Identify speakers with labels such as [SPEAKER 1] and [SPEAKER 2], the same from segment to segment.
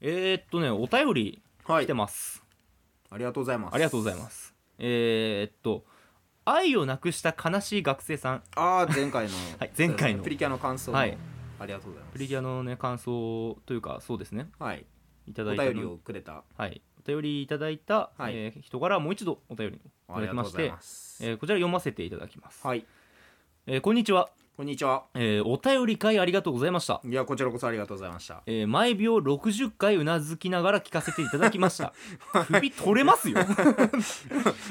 [SPEAKER 1] えー、っとねお便り
[SPEAKER 2] は
[SPEAKER 1] 来
[SPEAKER 2] い
[SPEAKER 1] て。ます、
[SPEAKER 2] ありがとうございます。。
[SPEAKER 1] ありがとうございますすえー、っと愛をなくした悲しい学生さん。
[SPEAKER 2] ああ、前回の
[SPEAKER 1] はい前回の
[SPEAKER 2] プリキュアの感想の。
[SPEAKER 1] はい
[SPEAKER 2] ありがとうございます。
[SPEAKER 1] プリギュアのね感想というかそうですね
[SPEAKER 2] はい。
[SPEAKER 1] いた
[SPEAKER 2] お
[SPEAKER 1] だいたの
[SPEAKER 2] 便りをくれた。
[SPEAKER 1] はいお便りいただいた、
[SPEAKER 2] はい
[SPEAKER 1] えー人からもう一度お便りい
[SPEAKER 2] あ
[SPEAKER 1] た
[SPEAKER 2] り
[SPEAKER 1] だ
[SPEAKER 2] が
[SPEAKER 1] きま
[SPEAKER 2] とうご
[SPEAKER 1] し
[SPEAKER 2] ざい
[SPEAKER 1] て
[SPEAKER 2] ます。
[SPEAKER 1] えーこちら読ませていただきます、
[SPEAKER 2] はい。
[SPEAKER 1] えーこんにちは、
[SPEAKER 2] こんにちは。
[SPEAKER 1] えーお便り会ありがとうございました
[SPEAKER 2] いや、こちらこそありがとうございました。
[SPEAKER 1] えー毎秒60回うなずきながら聞かせていただきました 首取れますよ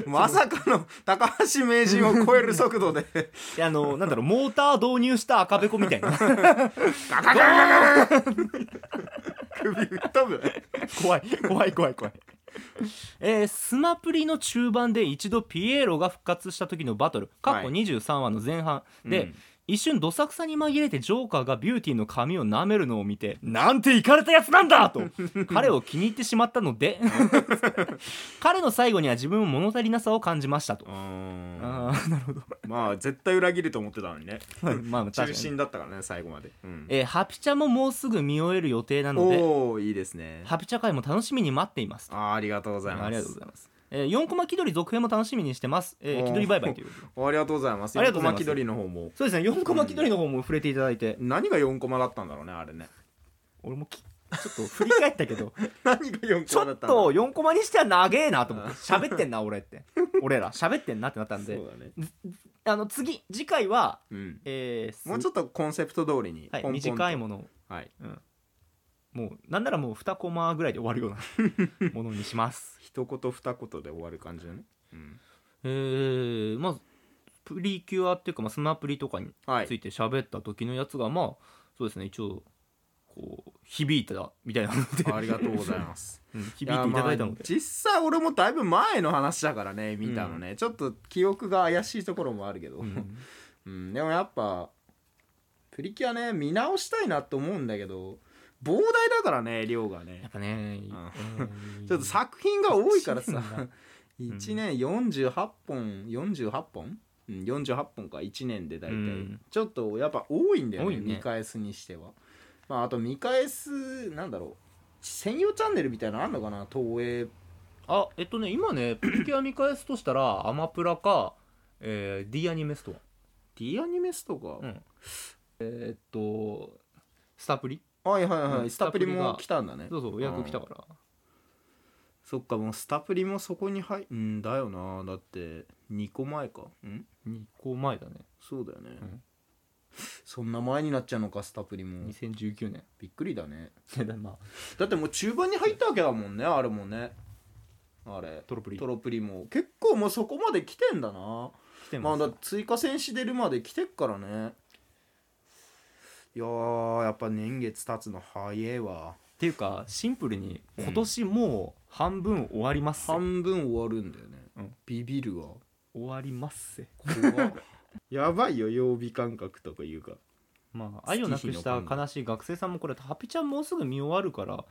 [SPEAKER 2] まさかの高橋名人を超える速度で
[SPEAKER 1] あのなんだろうモーター導入した赤べこみたいな
[SPEAKER 2] ガガガガガガ首吹っ飛ぶ
[SPEAKER 1] 怖い怖い怖い怖いえースマプリの中盤で一度ピエロが復活した時のバトル過去
[SPEAKER 2] はい
[SPEAKER 1] 23話の前半で、
[SPEAKER 2] うん
[SPEAKER 1] 一瞬どさくさに紛れてジョーカーがビューティーの髪を舐めるのを見てなんてイかれたやつなんだ と彼を気に入ってしまったの で彼の最後には自分も物足りなさを感じましたと
[SPEAKER 2] う。ーん
[SPEAKER 1] あーなるほど
[SPEAKER 2] まあ絶対裏切ると思ってたのにね
[SPEAKER 1] はいまあ、確か
[SPEAKER 2] 中
[SPEAKER 1] に
[SPEAKER 2] 心だったからね最後まで、うん
[SPEAKER 1] えーハピチャももうすぐ見終える予定なので、
[SPEAKER 2] おおいいですね
[SPEAKER 1] ハピチャ会も楽しみに待っています。
[SPEAKER 2] あーありがとうございます
[SPEAKER 1] ありがとうございます。えー、4コマ気取り続編も楽しみにしてます。え
[SPEAKER 2] お
[SPEAKER 1] ー、
[SPEAKER 2] ー
[SPEAKER 1] 気取りバイバイという。
[SPEAKER 2] ありがとうございます
[SPEAKER 1] ありがとうございま
[SPEAKER 2] 横
[SPEAKER 1] す
[SPEAKER 2] 巻き鳥の方も
[SPEAKER 1] そうですね、4コマ気取りの方も触れていただいて、
[SPEAKER 2] 何が4コマだったんだろうねあれね
[SPEAKER 1] 俺もきちょっと振り返ったけ ど、
[SPEAKER 2] 何が4
[SPEAKER 1] ち
[SPEAKER 2] コマ
[SPEAKER 1] ょ
[SPEAKER 2] だっ
[SPEAKER 1] った
[SPEAKER 2] んだろ
[SPEAKER 1] と
[SPEAKER 2] う
[SPEAKER 1] 4コマにしては長えなと思って、喋ってんな、俺 って。俺ら、喋ってんなってなったんで
[SPEAKER 2] そ、うだね、
[SPEAKER 1] あの次、次回は、
[SPEAKER 2] うん、
[SPEAKER 1] えー、
[SPEAKER 2] もうちょっとコンセプト通りに
[SPEAKER 1] はい、短い
[SPEAKER 2] ん、
[SPEAKER 1] ものを、
[SPEAKER 2] はい、
[SPEAKER 1] うん、もう、なんならもう2コマぐらいで終わるようなものにし ます。
[SPEAKER 2] 一言二言で終わる感じだね、うん、
[SPEAKER 1] えー、まあプリキュアっていうか、まあ、スマプリとかに
[SPEAKER 2] はい
[SPEAKER 1] ついて喋った時のやつが、まあそうですね一応こう響いたみたいなので、
[SPEAKER 2] ありがとうございます
[SPEAKER 1] うん 響いていただいた
[SPEAKER 2] や
[SPEAKER 1] の
[SPEAKER 2] ま
[SPEAKER 1] で
[SPEAKER 2] あ、実際俺もだいぶ前の話だからね見たのね、ちょっと記憶が怪しいところもあるけど、う
[SPEAKER 1] うんん
[SPEAKER 2] でもやっぱプリキュアね見直したいなと思うんだけど膨大だからね量が
[SPEAKER 1] や
[SPEAKER 2] ね
[SPEAKER 1] っぱね、うん
[SPEAKER 2] ちょっと作品が多いか らさ
[SPEAKER 1] んだ
[SPEAKER 2] 1年48本48本うん、48本か1年で大体、
[SPEAKER 1] うん
[SPEAKER 2] ちょっとやっぱ多いんだよ
[SPEAKER 1] 多
[SPEAKER 2] ね
[SPEAKER 1] いね
[SPEAKER 2] 見返すにしては、まあ、あと見返すなんだろう専用チャンネルみたいなのあんのかな東映
[SPEAKER 1] あえっとね今 ねプリキュア見返すとしたらアマプラか、えー、D アニメスト
[SPEAKER 2] D アニメスとか、
[SPEAKER 1] うんアえーっとスタプリ
[SPEAKER 2] はいはいはい、
[SPEAKER 1] うん
[SPEAKER 2] スタプリ
[SPEAKER 1] ス
[SPEAKER 2] も
[SPEAKER 1] タプリが
[SPEAKER 2] 来たんだね
[SPEAKER 1] そうそう予約来たから
[SPEAKER 2] そっかもうスタプリもそこに入うんだよなだって2個前かうん
[SPEAKER 1] 2個前だね
[SPEAKER 2] そうだよね、
[SPEAKER 1] ん
[SPEAKER 2] そんな前になっちゃうのかスタプリも
[SPEAKER 1] 2019年
[SPEAKER 2] びっくりだね
[SPEAKER 1] いやだ まあ
[SPEAKER 2] だってもう中盤に入ったわけだもんねあれもねあれ
[SPEAKER 1] トロプリ
[SPEAKER 2] トロプリも結構もうそこまで来てんだな
[SPEAKER 1] 来て
[SPEAKER 2] ま
[SPEAKER 1] ま
[SPEAKER 2] あ
[SPEAKER 1] す
[SPEAKER 2] だ追加戦士出るまで来てっからねいやーやっぱ年月経つの早えわ
[SPEAKER 1] っていうかシンプルに今年もう半分終わりますせ、
[SPEAKER 2] 半分終わるんだよね、
[SPEAKER 1] うん
[SPEAKER 2] ビビるわ
[SPEAKER 1] 終わりますせ
[SPEAKER 2] やばいよ曜日感覚とかいうか
[SPEAKER 1] まあ愛をなくした悲しい学生さんもこれハピちゃんもうすぐ見終わるから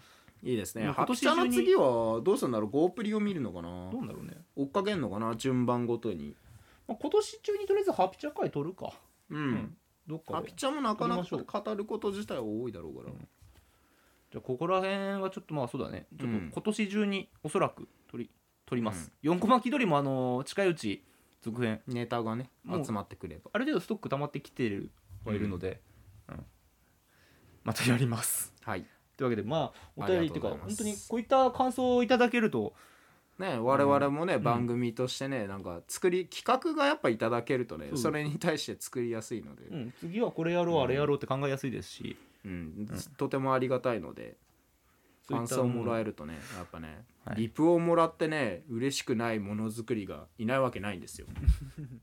[SPEAKER 2] いいです
[SPEAKER 1] い
[SPEAKER 2] ね
[SPEAKER 1] や
[SPEAKER 2] ハ
[SPEAKER 1] 今
[SPEAKER 2] ピ
[SPEAKER 1] 年
[SPEAKER 2] チャ
[SPEAKER 1] 中
[SPEAKER 2] の
[SPEAKER 1] に
[SPEAKER 2] 次はどうするんだろうゴープリを見るのかな
[SPEAKER 1] どうなんだろうね、
[SPEAKER 2] 追っかけんのかな順番ごとに
[SPEAKER 1] まあ、今年中にとりあえずハピちゃん会取るか
[SPEAKER 2] うん、
[SPEAKER 1] んどっか
[SPEAKER 2] ハ
[SPEAKER 1] で
[SPEAKER 2] ピ
[SPEAKER 1] じ
[SPEAKER 2] チャもなかな
[SPEAKER 1] 撮りま
[SPEAKER 2] か語ること自体は多いだろうから、
[SPEAKER 1] うんゃあここら辺はちょっとまあそうだねちょっと
[SPEAKER 2] うん
[SPEAKER 1] 今年中におそらく取り取ります、四4コマ気取りもあのー近いうち続編
[SPEAKER 2] ネタがね
[SPEAKER 1] もう
[SPEAKER 2] 集まってくれば
[SPEAKER 1] ある程度ストック溜まってきてるはいるので、うんまたやります
[SPEAKER 2] はい
[SPEAKER 1] というわけでまあお便りっていうか
[SPEAKER 2] ありがとうございま
[SPEAKER 1] 本
[SPEAKER 2] す
[SPEAKER 1] 当にこういった感想をいただけると
[SPEAKER 2] ね我々もね、
[SPEAKER 1] ん
[SPEAKER 2] 番組としてねなんか作り企画がやっぱいただけるとね
[SPEAKER 1] そう
[SPEAKER 2] それに対して作りやすいので、
[SPEAKER 1] うん、次はこれやろう、
[SPEAKER 2] うん
[SPEAKER 1] あれやろうって考えやすいですし、
[SPEAKER 2] うんとてもありがたいので
[SPEAKER 1] そういっ
[SPEAKER 2] 感
[SPEAKER 1] た
[SPEAKER 2] 想をも
[SPEAKER 1] もの
[SPEAKER 2] らえるとねやっぱね、
[SPEAKER 1] はい
[SPEAKER 2] リプをもらってね嬉しくないものづくりがいないわけないんで すよ。うん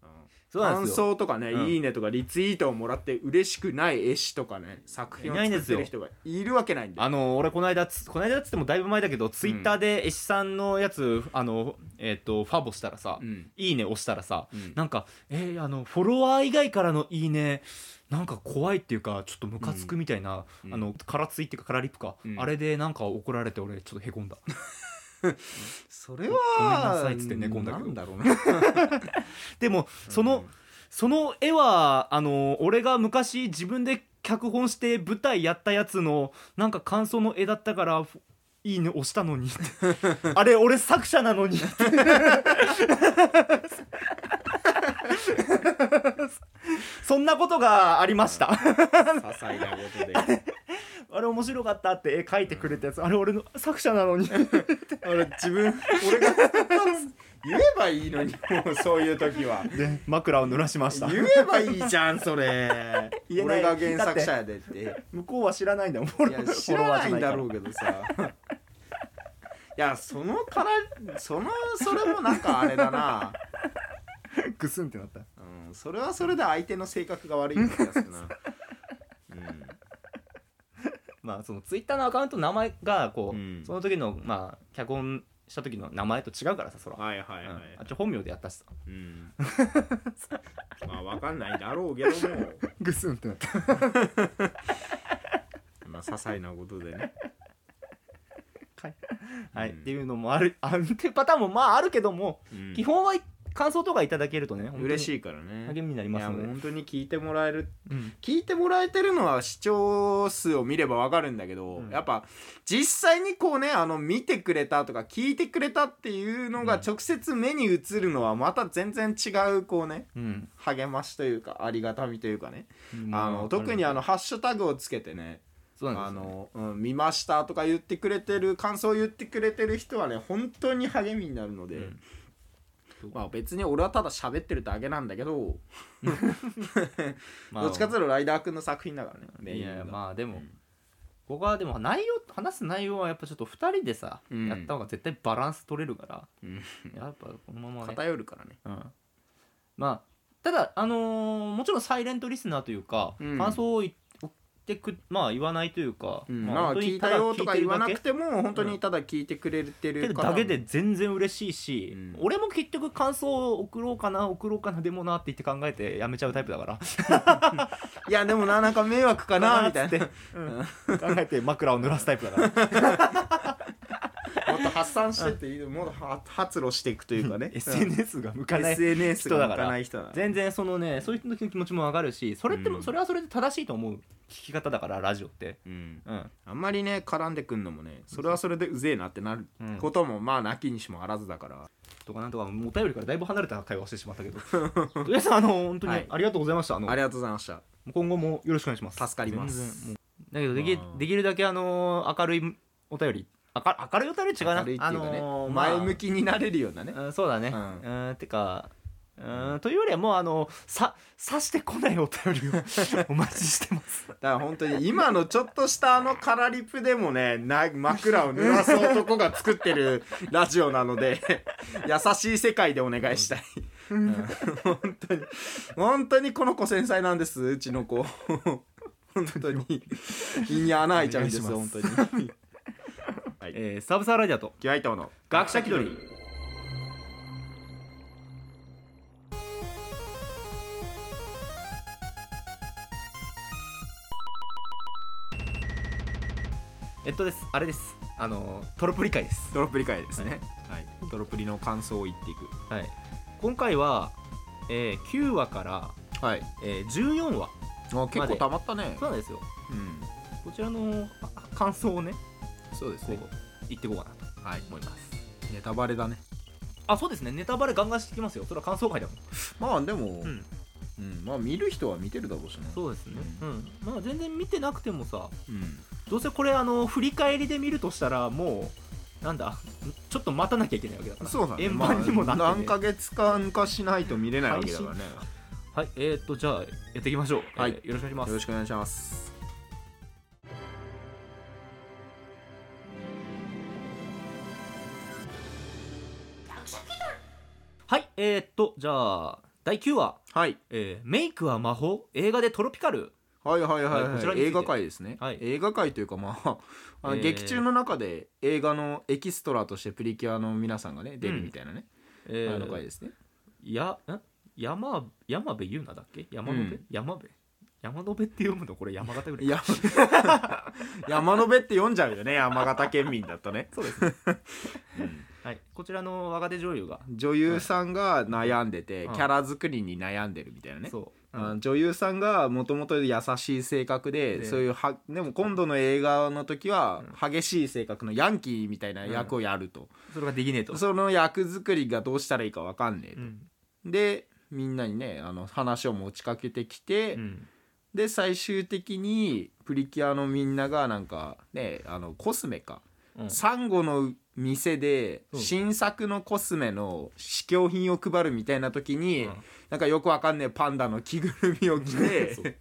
[SPEAKER 1] そうなんですよ
[SPEAKER 2] 感想とかね、
[SPEAKER 1] うん
[SPEAKER 2] いいねとかリツイートをもらって嬉しくない絵師とかね作品を
[SPEAKER 1] いないんで
[SPEAKER 2] 作っ
[SPEAKER 1] す
[SPEAKER 2] て
[SPEAKER 1] よ
[SPEAKER 2] る人がいるわけないんで
[SPEAKER 1] あの俺この間つこの間っつってもだいぶ前だけど、ツイッターで絵師さんのやつあのえっ、とファボしたらさ、
[SPEAKER 2] うん
[SPEAKER 1] いいね押したらさ、
[SPEAKER 2] うん
[SPEAKER 1] なんかえーあのフォロワー以外からのいいねなんか怖いっていうかちょっとムカつくみたいな、
[SPEAKER 2] うん
[SPEAKER 1] あの空ツイっていうか空リプか、
[SPEAKER 2] うん
[SPEAKER 1] あれでなんか怒られて俺ちょっとへこんだ
[SPEAKER 2] それ
[SPEAKER 1] ごめんな
[SPEAKER 2] は
[SPEAKER 1] さいっつって寝込んだけど
[SPEAKER 2] なんだろうな
[SPEAKER 1] でも その、その絵はあの俺が昔自分で脚本して舞台やったやつのなんか感想の絵だったからふいいね押したの にあれ俺作者なのに そんなことがありました
[SPEAKER 2] 些細なことで
[SPEAKER 1] あれ面白かったって絵描いてくれたやつあれ俺の作者なの に
[SPEAKER 2] 俺自分俺が言えばいいのにもうそういう時は
[SPEAKER 1] で枕を濡らしました
[SPEAKER 2] 言えばいいじゃんそれ
[SPEAKER 1] 言えな
[SPEAKER 2] 俺
[SPEAKER 1] い
[SPEAKER 2] が原作者やでってい
[SPEAKER 1] 向こうは知らないんだもん俺
[SPEAKER 2] や
[SPEAKER 1] の
[SPEAKER 2] 知らないんだろ
[SPEAKER 1] フォロワーじゃ
[SPEAKER 2] うけどさいやそのからそのそれもなんかあれだな
[SPEAKER 1] ないからグスンってなった
[SPEAKER 2] うん、それはそれで相手の性格が悪い気がするな。
[SPEAKER 1] まあそのツイッターのアカウントの名前がこう、
[SPEAKER 2] うん
[SPEAKER 1] その時のまあ脚本した時の名前と違うからさそら、
[SPEAKER 2] はいはい
[SPEAKER 1] うんあっち本名でやったしさ
[SPEAKER 2] うん、まあわかんないだろうけども、
[SPEAKER 1] グスンってなった
[SPEAKER 2] まあ些細なことでね。
[SPEAKER 1] はい、
[SPEAKER 2] うん
[SPEAKER 1] っていうのもあるあるっていうパターンもまああるけども、
[SPEAKER 2] うん
[SPEAKER 1] 基本は感想とかいただけるとね
[SPEAKER 2] 嬉し
[SPEAKER 1] い
[SPEAKER 2] いからね。
[SPEAKER 1] 励みになり
[SPEAKER 2] い
[SPEAKER 1] ます
[SPEAKER 2] や
[SPEAKER 1] の
[SPEAKER 2] もう
[SPEAKER 1] で、
[SPEAKER 2] 本当に聞いてもらえる
[SPEAKER 1] うん
[SPEAKER 2] 聞いてもらえてるのは視聴数を見ればわかるんだけど、
[SPEAKER 1] うん
[SPEAKER 2] やっぱ実際にこうねあの見てくれたとか聞いてくれたっていうのが
[SPEAKER 1] うん
[SPEAKER 2] 直接目に映るのはまた全然違うこうね
[SPEAKER 1] うん
[SPEAKER 2] 励ましというかありがたみというかねあ
[SPEAKER 1] ま
[SPEAKER 2] の特にあのハッシュタグをつけてね
[SPEAKER 1] そうな
[SPEAKER 2] あ
[SPEAKER 1] んですよね
[SPEAKER 2] の、うん、見ましたとか言ってくれてる感想を言ってくれてる人はね本当に励みになるので、
[SPEAKER 1] うん
[SPEAKER 2] まあ別に俺はただ喋ってるだけなんだけど、
[SPEAKER 1] まあ
[SPEAKER 2] どっちかというとライダーくんの作品だからねメイ
[SPEAKER 1] い
[SPEAKER 2] ンが
[SPEAKER 1] やいやまあでも、
[SPEAKER 2] うん
[SPEAKER 1] 僕はでも内容話す内容はやっぱちょっと2人でさ、
[SPEAKER 2] うん
[SPEAKER 1] やった方が絶対バランス取れるから、
[SPEAKER 2] うん
[SPEAKER 1] やっぱこのままね
[SPEAKER 2] 偏るからね
[SPEAKER 1] うん、まあただあのーもちろんサイレントリスナーというか、
[SPEAKER 2] うん
[SPEAKER 1] 感想を言ってくまあ言わないというか、
[SPEAKER 2] うん
[SPEAKER 1] まあ
[SPEAKER 2] まあ
[SPEAKER 1] 本当に
[SPEAKER 2] 聞いたよとか言わなく
[SPEAKER 1] ただ聞いてるだ
[SPEAKER 2] ても本当にただ聞いてくれて
[SPEAKER 1] けけど
[SPEAKER 2] る方
[SPEAKER 1] だ
[SPEAKER 2] も
[SPEAKER 1] けで全然嬉しいし、
[SPEAKER 2] うん
[SPEAKER 1] 俺も結局感想を送ろうかな送ろうかなでもなって言って考えてやめちゃうタイプだから
[SPEAKER 2] いやでもななんか迷惑かなみたいな
[SPEAKER 1] な
[SPEAKER 2] も
[SPEAKER 1] っつって うん考えて枕を濡らすタイプだ から
[SPEAKER 2] っと発散してっていいもっとは発露していくというかね
[SPEAKER 1] SNS が向かない
[SPEAKER 2] SNS
[SPEAKER 1] 人だ
[SPEAKER 2] が向
[SPEAKER 1] か
[SPEAKER 2] からない人だ
[SPEAKER 1] 全然そのねそういう時の気持ちも上がるしそれっても、
[SPEAKER 2] うん
[SPEAKER 1] それはそれで正しいと思う聞き方だからラジオって
[SPEAKER 2] うん
[SPEAKER 1] うん
[SPEAKER 2] あんまりね絡んでくんのもねそれはそれでうぜえなってなる
[SPEAKER 1] うん
[SPEAKER 2] こともまあなきにしもあらずだから
[SPEAKER 1] とかなんとかもうお便りからだいぶ離れた会話をしてしまったけ どとりあえずあの本当
[SPEAKER 2] は
[SPEAKER 1] に
[SPEAKER 2] い
[SPEAKER 1] ありがとうございました、
[SPEAKER 2] あ
[SPEAKER 1] あ
[SPEAKER 2] りがとうございました
[SPEAKER 1] の今後もよろしくお願いします
[SPEAKER 2] 助かります
[SPEAKER 1] 全然もうだけどでき
[SPEAKER 2] あー
[SPEAKER 1] できるだけあのー明るいお便り明る明るいお便り違うな
[SPEAKER 2] 明るいって
[SPEAKER 1] あ
[SPEAKER 2] いうかね
[SPEAKER 1] のーまあ
[SPEAKER 2] 前向きになれるようなね
[SPEAKER 1] うんそうだね
[SPEAKER 2] う
[SPEAKER 1] うんんてかうんというよりはもうあのさ刺してこないお便 りをお待ちしてます
[SPEAKER 2] だから本当に今のちょっとしたあのカラリプでもねな枕を濡らす男が作って るラジオなので優しい世界でお願いしたい、うん本当に本当にこの子繊細なんですうちの子本当に胃に穴開いちゃうんです
[SPEAKER 1] お願
[SPEAKER 2] 本
[SPEAKER 1] いし
[SPEAKER 2] 当
[SPEAKER 1] ま
[SPEAKER 2] に
[SPEAKER 1] すえーサブサーラジアと
[SPEAKER 2] キュアイトーの
[SPEAKER 1] 学者気取りえっとですあれですあのトロプリ会です
[SPEAKER 2] ドロップ理解ですね、はいドロップリの感想を言っていく
[SPEAKER 1] はい今回は、えー9話から、
[SPEAKER 2] はい
[SPEAKER 1] えー14話
[SPEAKER 2] あ結構たまったね
[SPEAKER 1] そうなんですよ
[SPEAKER 2] う
[SPEAKER 1] こ
[SPEAKER 2] ん
[SPEAKER 1] ちらのあ感想をね
[SPEAKER 2] そうです
[SPEAKER 1] こう
[SPEAKER 2] ね
[SPEAKER 1] 言っていこうかなと
[SPEAKER 2] はい
[SPEAKER 1] 思います
[SPEAKER 2] ネタバレだね
[SPEAKER 1] あそうですねネタバレガンガンしてきますよそれは感想会だもん、
[SPEAKER 2] まあでも、う
[SPEAKER 1] うんん、
[SPEAKER 2] まあ見る人は見てるだろうしね
[SPEAKER 1] そうですねうんまあ全然見てなくてもさ
[SPEAKER 2] うん
[SPEAKER 1] どうせこれあの振り返りで見るとしたらもうなんだちょっと待たなきゃいけないわけだから
[SPEAKER 2] そうだね
[SPEAKER 1] 円盤にもなって、ね
[SPEAKER 2] まあ何ヶ月間かしないと見れないわけだからね
[SPEAKER 1] はいえー、っとじゃあやっていきましょう、
[SPEAKER 2] はい
[SPEAKER 1] えーよろしくお願いしま
[SPEAKER 2] よ
[SPEAKER 1] す
[SPEAKER 2] ろしくお願いします
[SPEAKER 1] はいえー、っとじゃあ第9話、
[SPEAKER 2] はい
[SPEAKER 1] えーメイクは魔法映画でトロピカル」
[SPEAKER 2] はいはいはい、
[SPEAKER 1] はいこちら
[SPEAKER 2] は
[SPEAKER 1] に
[SPEAKER 2] い、
[SPEAKER 1] ついて
[SPEAKER 2] 映画界ですね、
[SPEAKER 1] はい
[SPEAKER 2] 映画界というかまあ あの
[SPEAKER 1] えー
[SPEAKER 2] 劇中の中で映画のエキストラとしてプリキュアの皆さんがね出るみたいなね、
[SPEAKER 1] え
[SPEAKER 2] あの回ですね
[SPEAKER 1] やん山山部優奈だっけ山野部、
[SPEAKER 2] うん
[SPEAKER 1] 山部山野部って読むのこれ山形ぐらい
[SPEAKER 2] いや 山野辺って読んじゃうよね山形県民だとね
[SPEAKER 1] そう ですね、はい、こちらの若手女優が、
[SPEAKER 2] 女優さんが悩んでて、
[SPEAKER 1] うん
[SPEAKER 2] キャラ作りに悩んでるみたいなね
[SPEAKER 1] そう
[SPEAKER 2] あの女優さんがもともと優しい性格で
[SPEAKER 1] で
[SPEAKER 2] そういうはでも今度の映画の時は激しい性格のヤンキーみたいな役をやると、
[SPEAKER 1] それができねえと、
[SPEAKER 2] その役作りがどうしたらいいか分かんねえ
[SPEAKER 1] う
[SPEAKER 2] と、
[SPEAKER 1] ん
[SPEAKER 2] でみんなにねあの話を持ちかけてきて、
[SPEAKER 1] うん
[SPEAKER 2] で最終的にプリキュアのみんながなんかねあのコスメか、
[SPEAKER 1] うん
[SPEAKER 2] サンゴの店で
[SPEAKER 1] うん
[SPEAKER 2] 新作のコスメの試供品を配るみたいな時に、
[SPEAKER 1] うん
[SPEAKER 2] なんかよくわかんねえパンダの着ぐるみを着
[SPEAKER 1] そ
[SPEAKER 2] て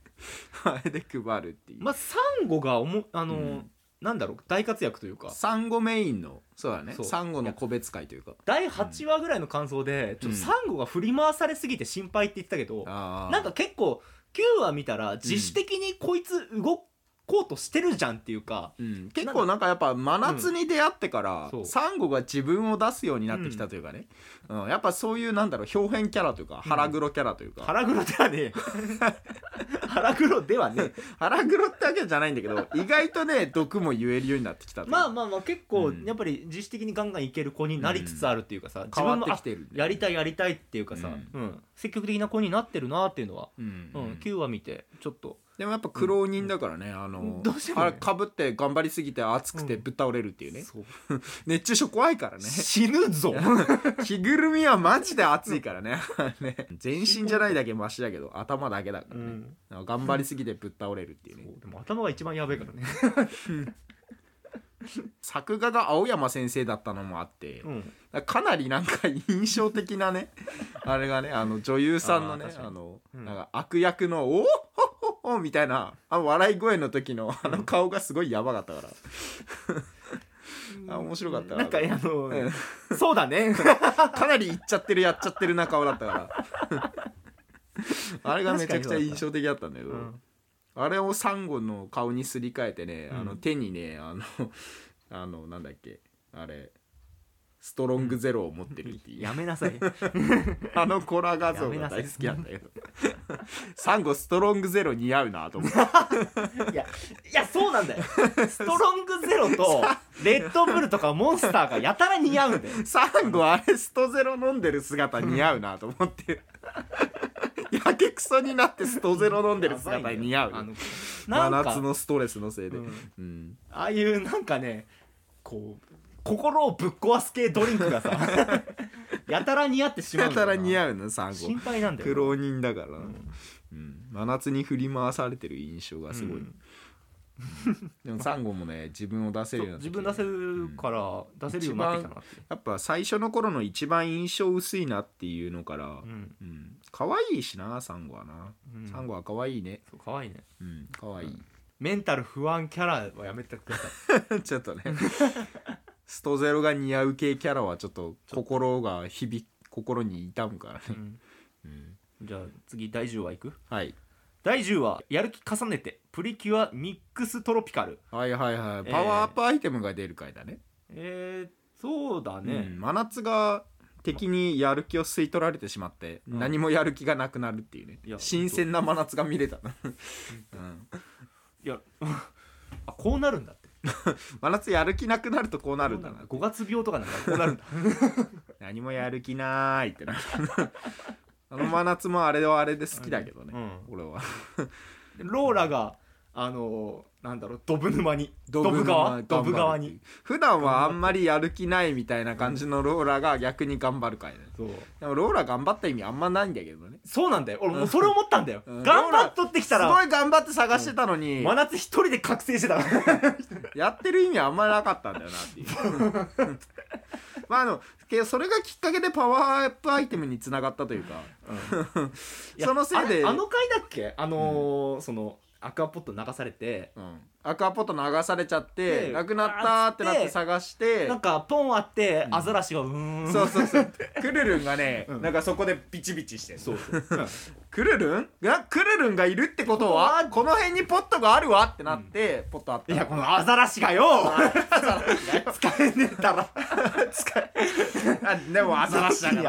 [SPEAKER 2] あれで配るっていう、
[SPEAKER 1] まあサンゴがおもあの、
[SPEAKER 2] うん
[SPEAKER 1] なんだろう大活躍というか
[SPEAKER 2] サンゴメインのそうだね
[SPEAKER 1] そう
[SPEAKER 2] サンゴの個別会というか
[SPEAKER 1] 第8話ぐらいの感想で、ちょっとサンゴが振り回されすぎて心配って言ってたけど、
[SPEAKER 2] あー
[SPEAKER 1] なんか結構9話見たら自主的にこいつ動こうとしてるじゃんっていうか、
[SPEAKER 2] うん、結構なんかやっぱ真夏に出会ってから、
[SPEAKER 1] うんそう
[SPEAKER 2] サンゴが自分を出すようになってきたというかね、うんやっぱそういうなんだろう表変キャラというか腹黒キャラというか、
[SPEAKER 1] 腹黒ではねえ腹黒ではねえ
[SPEAKER 2] 腹黒ってわけじゃないんだけど意外とね毒も言えるようになってきたというか
[SPEAKER 1] まあまあまあ結構
[SPEAKER 2] うん
[SPEAKER 1] やっぱり自主的にガンガンいける子になりつつあるっていうかさ、自
[SPEAKER 2] 変わ
[SPEAKER 1] 分
[SPEAKER 2] っ
[SPEAKER 1] も
[SPEAKER 2] て
[SPEAKER 1] あ
[SPEAKER 2] きてるんで
[SPEAKER 1] やりたいやりたいっていうかさ、
[SPEAKER 2] うん
[SPEAKER 1] うん積極的な子になってるなっていうのは、
[SPEAKER 2] うん
[SPEAKER 1] うん
[SPEAKER 2] うん
[SPEAKER 1] 9話見てちょっと
[SPEAKER 2] でもやっぱ苦労人だからね、あの
[SPEAKER 1] どうしてもね
[SPEAKER 2] かぶって頑張りすぎて暑くてぶっ倒れるっていうね、
[SPEAKER 1] そう
[SPEAKER 2] 熱中症怖いからね
[SPEAKER 1] 死ぬぞ
[SPEAKER 2] 着ぐるみはマジで暑いからね ね全身じゃないだけマシだけど頭だけだか
[SPEAKER 1] う
[SPEAKER 2] らね、
[SPEAKER 1] ん
[SPEAKER 2] なんか頑張りすぎてぶっ倒れるっていうね
[SPEAKER 1] そうでも頭が一番やべえからね、
[SPEAKER 2] 作画が青山先生だったのもあって、
[SPEAKER 1] うん、
[SPEAKER 2] かなりなんか印象的 なねあれがねあの女優さんのね
[SPEAKER 1] あー確か
[SPEAKER 2] あ
[SPEAKER 1] に
[SPEAKER 2] の、
[SPEAKER 1] うん
[SPEAKER 2] なんか悪役の「おっほっほっほ」みたいなあの笑い声の時のあの顔がすごいやばかったからあ面白かった
[SPEAKER 1] なんかあの、
[SPEAKER 2] うん
[SPEAKER 1] そうだね
[SPEAKER 2] かなりいっちゃってるやっちゃってるな顔だったから あれがめちゃくちゃ印象的だったんだけど、
[SPEAKER 1] うん
[SPEAKER 2] あれをサンゴの顔にすり替えてね、
[SPEAKER 1] うん
[SPEAKER 2] あの手にねあのあのなんだっけあれストロングゼロを持ってるっていう、
[SPEAKER 1] やめなさい
[SPEAKER 2] あのコラ画像
[SPEAKER 1] やめ
[SPEAKER 2] が
[SPEAKER 1] なさ
[SPEAKER 2] 大
[SPEAKER 1] い
[SPEAKER 2] 好きなんだけど サンゴストロングゼロ似合うな と思って
[SPEAKER 1] いやいやそうなんだよストロングゼロとレッドブルとかモンスターがやたら似合うんだよ
[SPEAKER 2] サンゴあれストゼロ飲んでる姿似合うなと思 ってやけくそになってストゼロ飲んでる姿似合う
[SPEAKER 1] あの
[SPEAKER 2] 真
[SPEAKER 1] なんか
[SPEAKER 2] 夏のストレスのせいで、
[SPEAKER 1] うん
[SPEAKER 2] うん
[SPEAKER 1] ああいうなんかねこう心をぶっ壊す系ドリンクがさ やたら似合ってしまう
[SPEAKER 2] や
[SPEAKER 1] んだ
[SPEAKER 2] た
[SPEAKER 1] よな
[SPEAKER 2] ら似合うのサンゴ
[SPEAKER 1] 心配なんだよ
[SPEAKER 2] 苦
[SPEAKER 1] な
[SPEAKER 2] 労人だから、
[SPEAKER 1] ん
[SPEAKER 2] うん真夏に振り回されてる印象がすごい、
[SPEAKER 1] うん
[SPEAKER 2] でもサンゴもね自分を出せ
[SPEAKER 1] そ
[SPEAKER 2] る
[SPEAKER 1] う
[SPEAKER 2] ようになっ
[SPEAKER 1] 自
[SPEAKER 2] てきて
[SPEAKER 1] 分出せるから、出せるようになってきたなって、
[SPEAKER 2] やっぱ最初の頃の一番印象薄いなっていうのから、う
[SPEAKER 1] うんん
[SPEAKER 2] 可愛いしなサンゴはな、
[SPEAKER 1] うん、
[SPEAKER 2] サンゴは可愛いね
[SPEAKER 1] そう可愛いね
[SPEAKER 2] うん可愛い、
[SPEAKER 1] メンタル不安キャラはやめてください
[SPEAKER 2] ちょっとねストゼロが似合う系キャラはちょっと心が響き心に痛むからね、
[SPEAKER 1] うん
[SPEAKER 2] うん
[SPEAKER 1] じゃあ次第10話いく
[SPEAKER 2] はい
[SPEAKER 1] 第10話やる気重ねてプリキュアミックストロピカル
[SPEAKER 2] はいはいはい、
[SPEAKER 1] えー
[SPEAKER 2] パワーアップアイテムが出る回だね
[SPEAKER 1] えー、そうだね、
[SPEAKER 2] うん、真夏が敵にやる気を吸い取られてしまって、
[SPEAKER 1] うん
[SPEAKER 2] 何もやる気がなくなるっていうね
[SPEAKER 1] いや
[SPEAKER 2] 新鮮な真夏が見れ たな、うん、
[SPEAKER 1] いや あこうなるんだって
[SPEAKER 2] 真夏やる気なくなるとこうなるんだな
[SPEAKER 1] 5月病とかなんかこうなるんだ
[SPEAKER 2] 何もやる 気なーいってなあの真夏もあれはあれで好きだけ どね、
[SPEAKER 1] う
[SPEAKER 2] 俺は
[SPEAKER 1] ローラがあのー、なんだろうドブ沼にド
[SPEAKER 2] ブ
[SPEAKER 1] ブ川
[SPEAKER 2] 川
[SPEAKER 1] ドブ川に
[SPEAKER 2] 普段はあんまりやる気ないみたいな感じのローラが逆に頑張る回だね
[SPEAKER 1] そう
[SPEAKER 2] でもローラ頑張った意味あんまないんだけどね
[SPEAKER 1] そうなんだよ俺もうそれ思ったんだよ、
[SPEAKER 2] うん
[SPEAKER 1] 頑張っとってき
[SPEAKER 2] す
[SPEAKER 1] た
[SPEAKER 2] ご
[SPEAKER 1] ら
[SPEAKER 2] い頑張って探してたのに、
[SPEAKER 1] 真夏一人で覚醒して た
[SPEAKER 2] やってる意味あんまりなかったんだよなっていう まああのけそれがきっかけでパワーアップアイテムにつながったというか
[SPEAKER 1] いや
[SPEAKER 2] そのせいで
[SPEAKER 1] ああの回だっけあのーそのアクアポット流されて
[SPEAKER 2] うん、アクアポット流されちゃって
[SPEAKER 1] で
[SPEAKER 2] なくなったーってなって探して
[SPEAKER 1] なんかポンあって、
[SPEAKER 2] ん
[SPEAKER 1] アザラシがうーん
[SPEAKER 2] そうそうそう クルルンがね、
[SPEAKER 1] ん
[SPEAKER 2] なんかそこでビチビチしてる
[SPEAKER 1] そうそううん
[SPEAKER 2] クルルンがクルルンがいるってことはこの辺にポットがあるわってなって、ポットあった
[SPEAKER 1] いやこのアザラシがよ使えねえだろ
[SPEAKER 2] あでもアザラシだから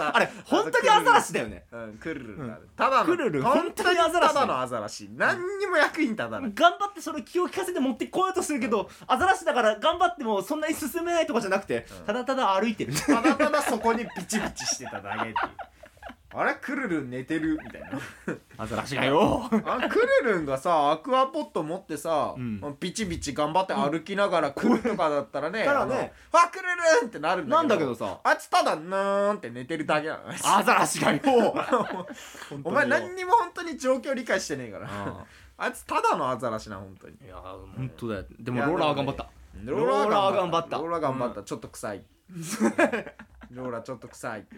[SPEAKER 2] な
[SPEAKER 1] あれ本当にアザラシだよね
[SPEAKER 2] うん、クルルンだねただの
[SPEAKER 1] クルルン
[SPEAKER 2] 本当
[SPEAKER 1] 本当
[SPEAKER 2] に
[SPEAKER 1] にアザラシ
[SPEAKER 2] ただのアザラシ何にも役に立たない、
[SPEAKER 1] 頑張ってその気を利かせて持ってこようとするけどアザラシだから頑張ってもそんなに進めないとかじゃなくてただただ歩いてる
[SPEAKER 2] ただただそこにピチピチしてただけっていうあれクルルン寝てるみたいな
[SPEAKER 1] アザラシがよ
[SPEAKER 2] あクルルンがさアクアポット持ってさ、
[SPEAKER 1] うん
[SPEAKER 2] ビチビチ頑張って歩きながら来るとかだったらね
[SPEAKER 1] たらね
[SPEAKER 2] あのあクルルンってなるん だけど
[SPEAKER 1] なんだけどさ
[SPEAKER 2] あいつただなーんって寝てるだけなのね
[SPEAKER 1] アザラシがよ
[SPEAKER 2] お前何にも本当に状況理解してねえから あ
[SPEAKER 1] あ
[SPEAKER 2] いつただのアザラシな本当に
[SPEAKER 1] いや本当だよで
[SPEAKER 2] い
[SPEAKER 1] も
[SPEAKER 2] や
[SPEAKER 1] ローラーは頑張った
[SPEAKER 2] ローラー頑張った
[SPEAKER 1] ロ
[SPEAKER 2] ロ
[SPEAKER 1] ー
[SPEAKER 2] ー
[SPEAKER 1] ラ
[SPEAKER 2] ラ
[SPEAKER 1] ー頑張
[SPEAKER 2] ー頑張
[SPEAKER 1] っ
[SPEAKER 2] ったたちょっと臭い ローラーちょっと臭いって